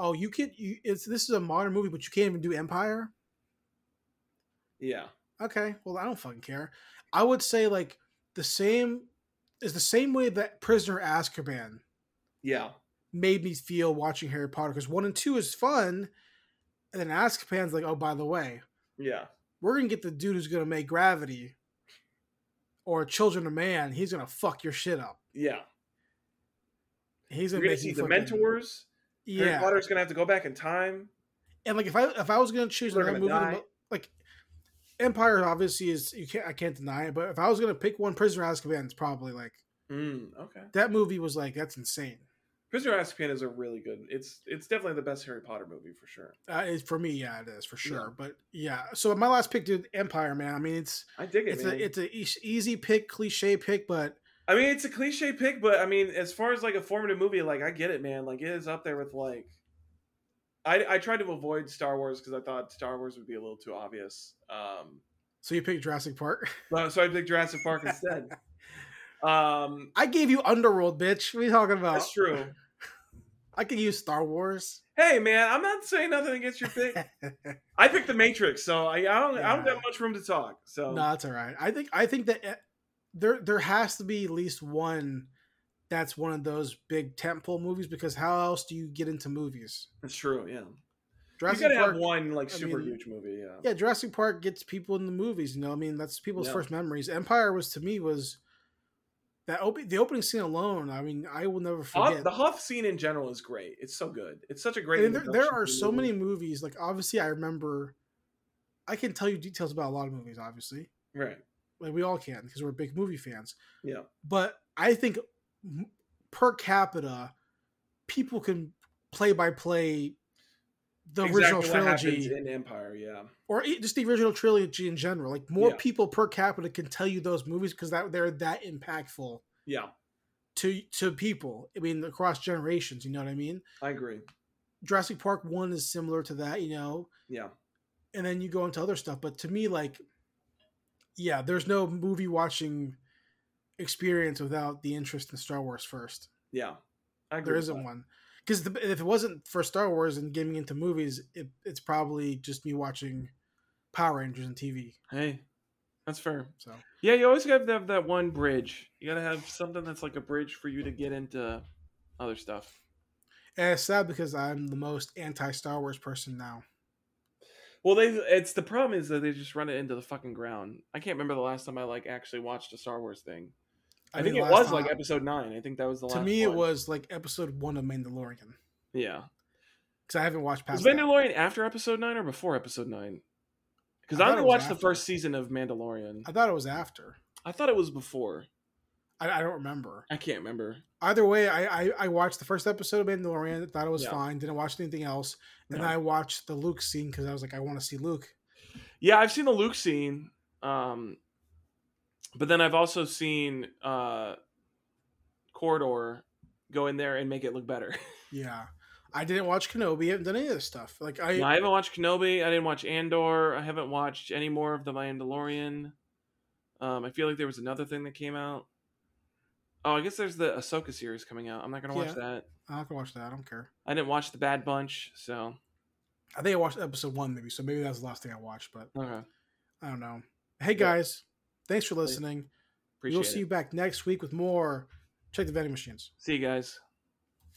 A: oh you can you it's this is a modern movie but you can't even do empire
B: yeah,
A: okay well I don't fucking care I would say like the same is the same way that Prisoner of Azkaban
B: yeah,
A: made me feel watching Harry Potter because one and two is fun, and then Azkaban's like, oh, by the way,
B: yeah,
A: we're gonna get the dude who's gonna make Gravity or Children of Man. He's gonna fuck your shit up.
B: yeah.
A: He's
B: You're
A: gonna
B: gonna
A: make
B: see
A: you
B: the
A: fucking-
B: mentors. Harry
A: Yeah,
B: Potter's gonna have to go back in time.
A: and like if I if I was gonna choose
B: People are
A: another movie,
B: gonna
A: to
B: die.
A: mo- like Empire obviously is you can't I can't deny it, but if I was gonna pick one, Prisoner of Azkaban is probably like
B: Mm, okay.
A: that movie was like that's insane.
B: Prisoner of Azkaban is a really good. It's it's definitely the best Harry Potter movie for sure.
A: Uh, it, for me, yeah, it is for sure. But yeah, so my last pick, dude, Empire, man. I mean, it's
B: I dig it.
A: it's
B: man.
A: a it's a eas- easy pick, cliche pick, but
B: I mean, it's a cliche pick, but I mean, as far as like a formative movie, like I get it, man. Like it is up there with like. I I tried to avoid Star Wars because I thought Star Wars would be a little too obvious. Um,
A: so you picked Jurassic Park. [laughs]
B: but- so I picked Jurassic Park instead. Um,
A: I gave you Underworld, bitch. What are you talking about?
B: that's true.
A: I could use Star Wars.
B: Hey, man, I'm not saying nothing against
A: [laughs]
B: your pick. I picked The Matrix, so I, I don't I don't
A: Yeah.
B: have much room to talk. So
A: No, that's all right. I think I think that eh, there there has to be at least one that's one of those big tentpole movies because how else do you get into movies?
B: that's true. Yeah,
A: Jurassic
B: you gotta
A: Park,
B: have one like
A: I
B: super
A: mean-
B: huge movie. Yeah.
A: yeah, Jurassic Park gets people in the movies. You know, I mean that's people's
B: Yeah.
A: first memories. Empire was to me was that open the opening scene alone. I mean, I will never
B: Hoth-
A: forget.
B: the Hoth scene in general is great. It's so good. It's such a great.
A: and there, there
B: introduction
A: are
B: to the
A: so
B: movie.
A: many movies like obviously i remember i can tell you details about a lot of movies obviously
B: Right.
A: like we all can because we're big movie fans
B: Yeah.
A: but i think m- per capita people can play by play the original
B: Exactly what
A: trilogy
B: happens in Empire. Yeah,
A: or e- just the original trilogy in general. Like more
B: Yeah.
A: people per capita can tell you those movies because that they're that impactful
B: yeah,
A: to to people. I mean, across generations. You know what I mean?
B: I agree.
A: Jurassic Park One is similar to that. You know,
B: Yeah,
A: and then you go into other stuff. But to me, like, yeah, there's no movie watching experience without the interest in Star Wars first.
B: yeah, I agree.
A: There
B: with
A: isn't
B: that.
A: one. Because if it wasn't for Star Wars and getting into movies, it, it's probably just me watching Power Rangers and TV.
B: Hey, that's fair.
A: So
B: Yeah, you always have to have that one bridge. You gotta have something that's like a bridge for you to get into other stuff.
A: and it's sad because I'm the most anti Star Wars person now.
B: Well, they it's the problem is that they just run it into the fucking ground. I can't remember the last time I like actually watched a Star Wars thing. I, think
A: mean,
B: it
A: last
B: was like
A: time-
B: episode nine. I think that was the
A: to
B: last
A: me
B: one.
A: it was like episode one of Mandalorian
B: yeah.
A: because I haven't watched
B: Was
A: past. that.
B: Mandalorian after episode nine or before episode nine? Because
A: I
B: I
A: thought
B: only
A: it was
B: watched the
A: after.
B: first season of Mandalorian.
A: I thought it was after.
B: I thought it was before.
A: I, I don't remember.
B: I can't remember.
A: Either way, I, I I watched the first episode of Mandalorian. Thought it was
B: Yeah.
A: fine. Didn't watch anything else. And
B: No.
A: then I watched the Luke scene because I was like, I want to see Luke.
B: Yeah, I've seen the Luke scene. Um but then I've also seen uh Corridor go in there and make it look better.
A: Yeah, I didn't watch Kenobi. I haven't done any of this stuff. Like I,
B: No, I haven't watched Kenobi. I didn't watch Andor. I haven't watched any more of the Mandalorian. Um, I feel like there was another thing that came out. Oh, I guess there's the Ahsoka series coming out. I'm not gonna watch
A: Yeah.
B: that.
A: I'm not gonna watch that. I don't care.
B: I didn't watch the Bad Bunch, so
A: I think I watched episode one maybe. So maybe that was the last thing I watched. But
B: okay.
A: I don't know. Hey guys, thanks for listening.
B: Appreciate
A: we'll
B: it.
A: see you back next week with more. Check the vending machines.
B: See you guys.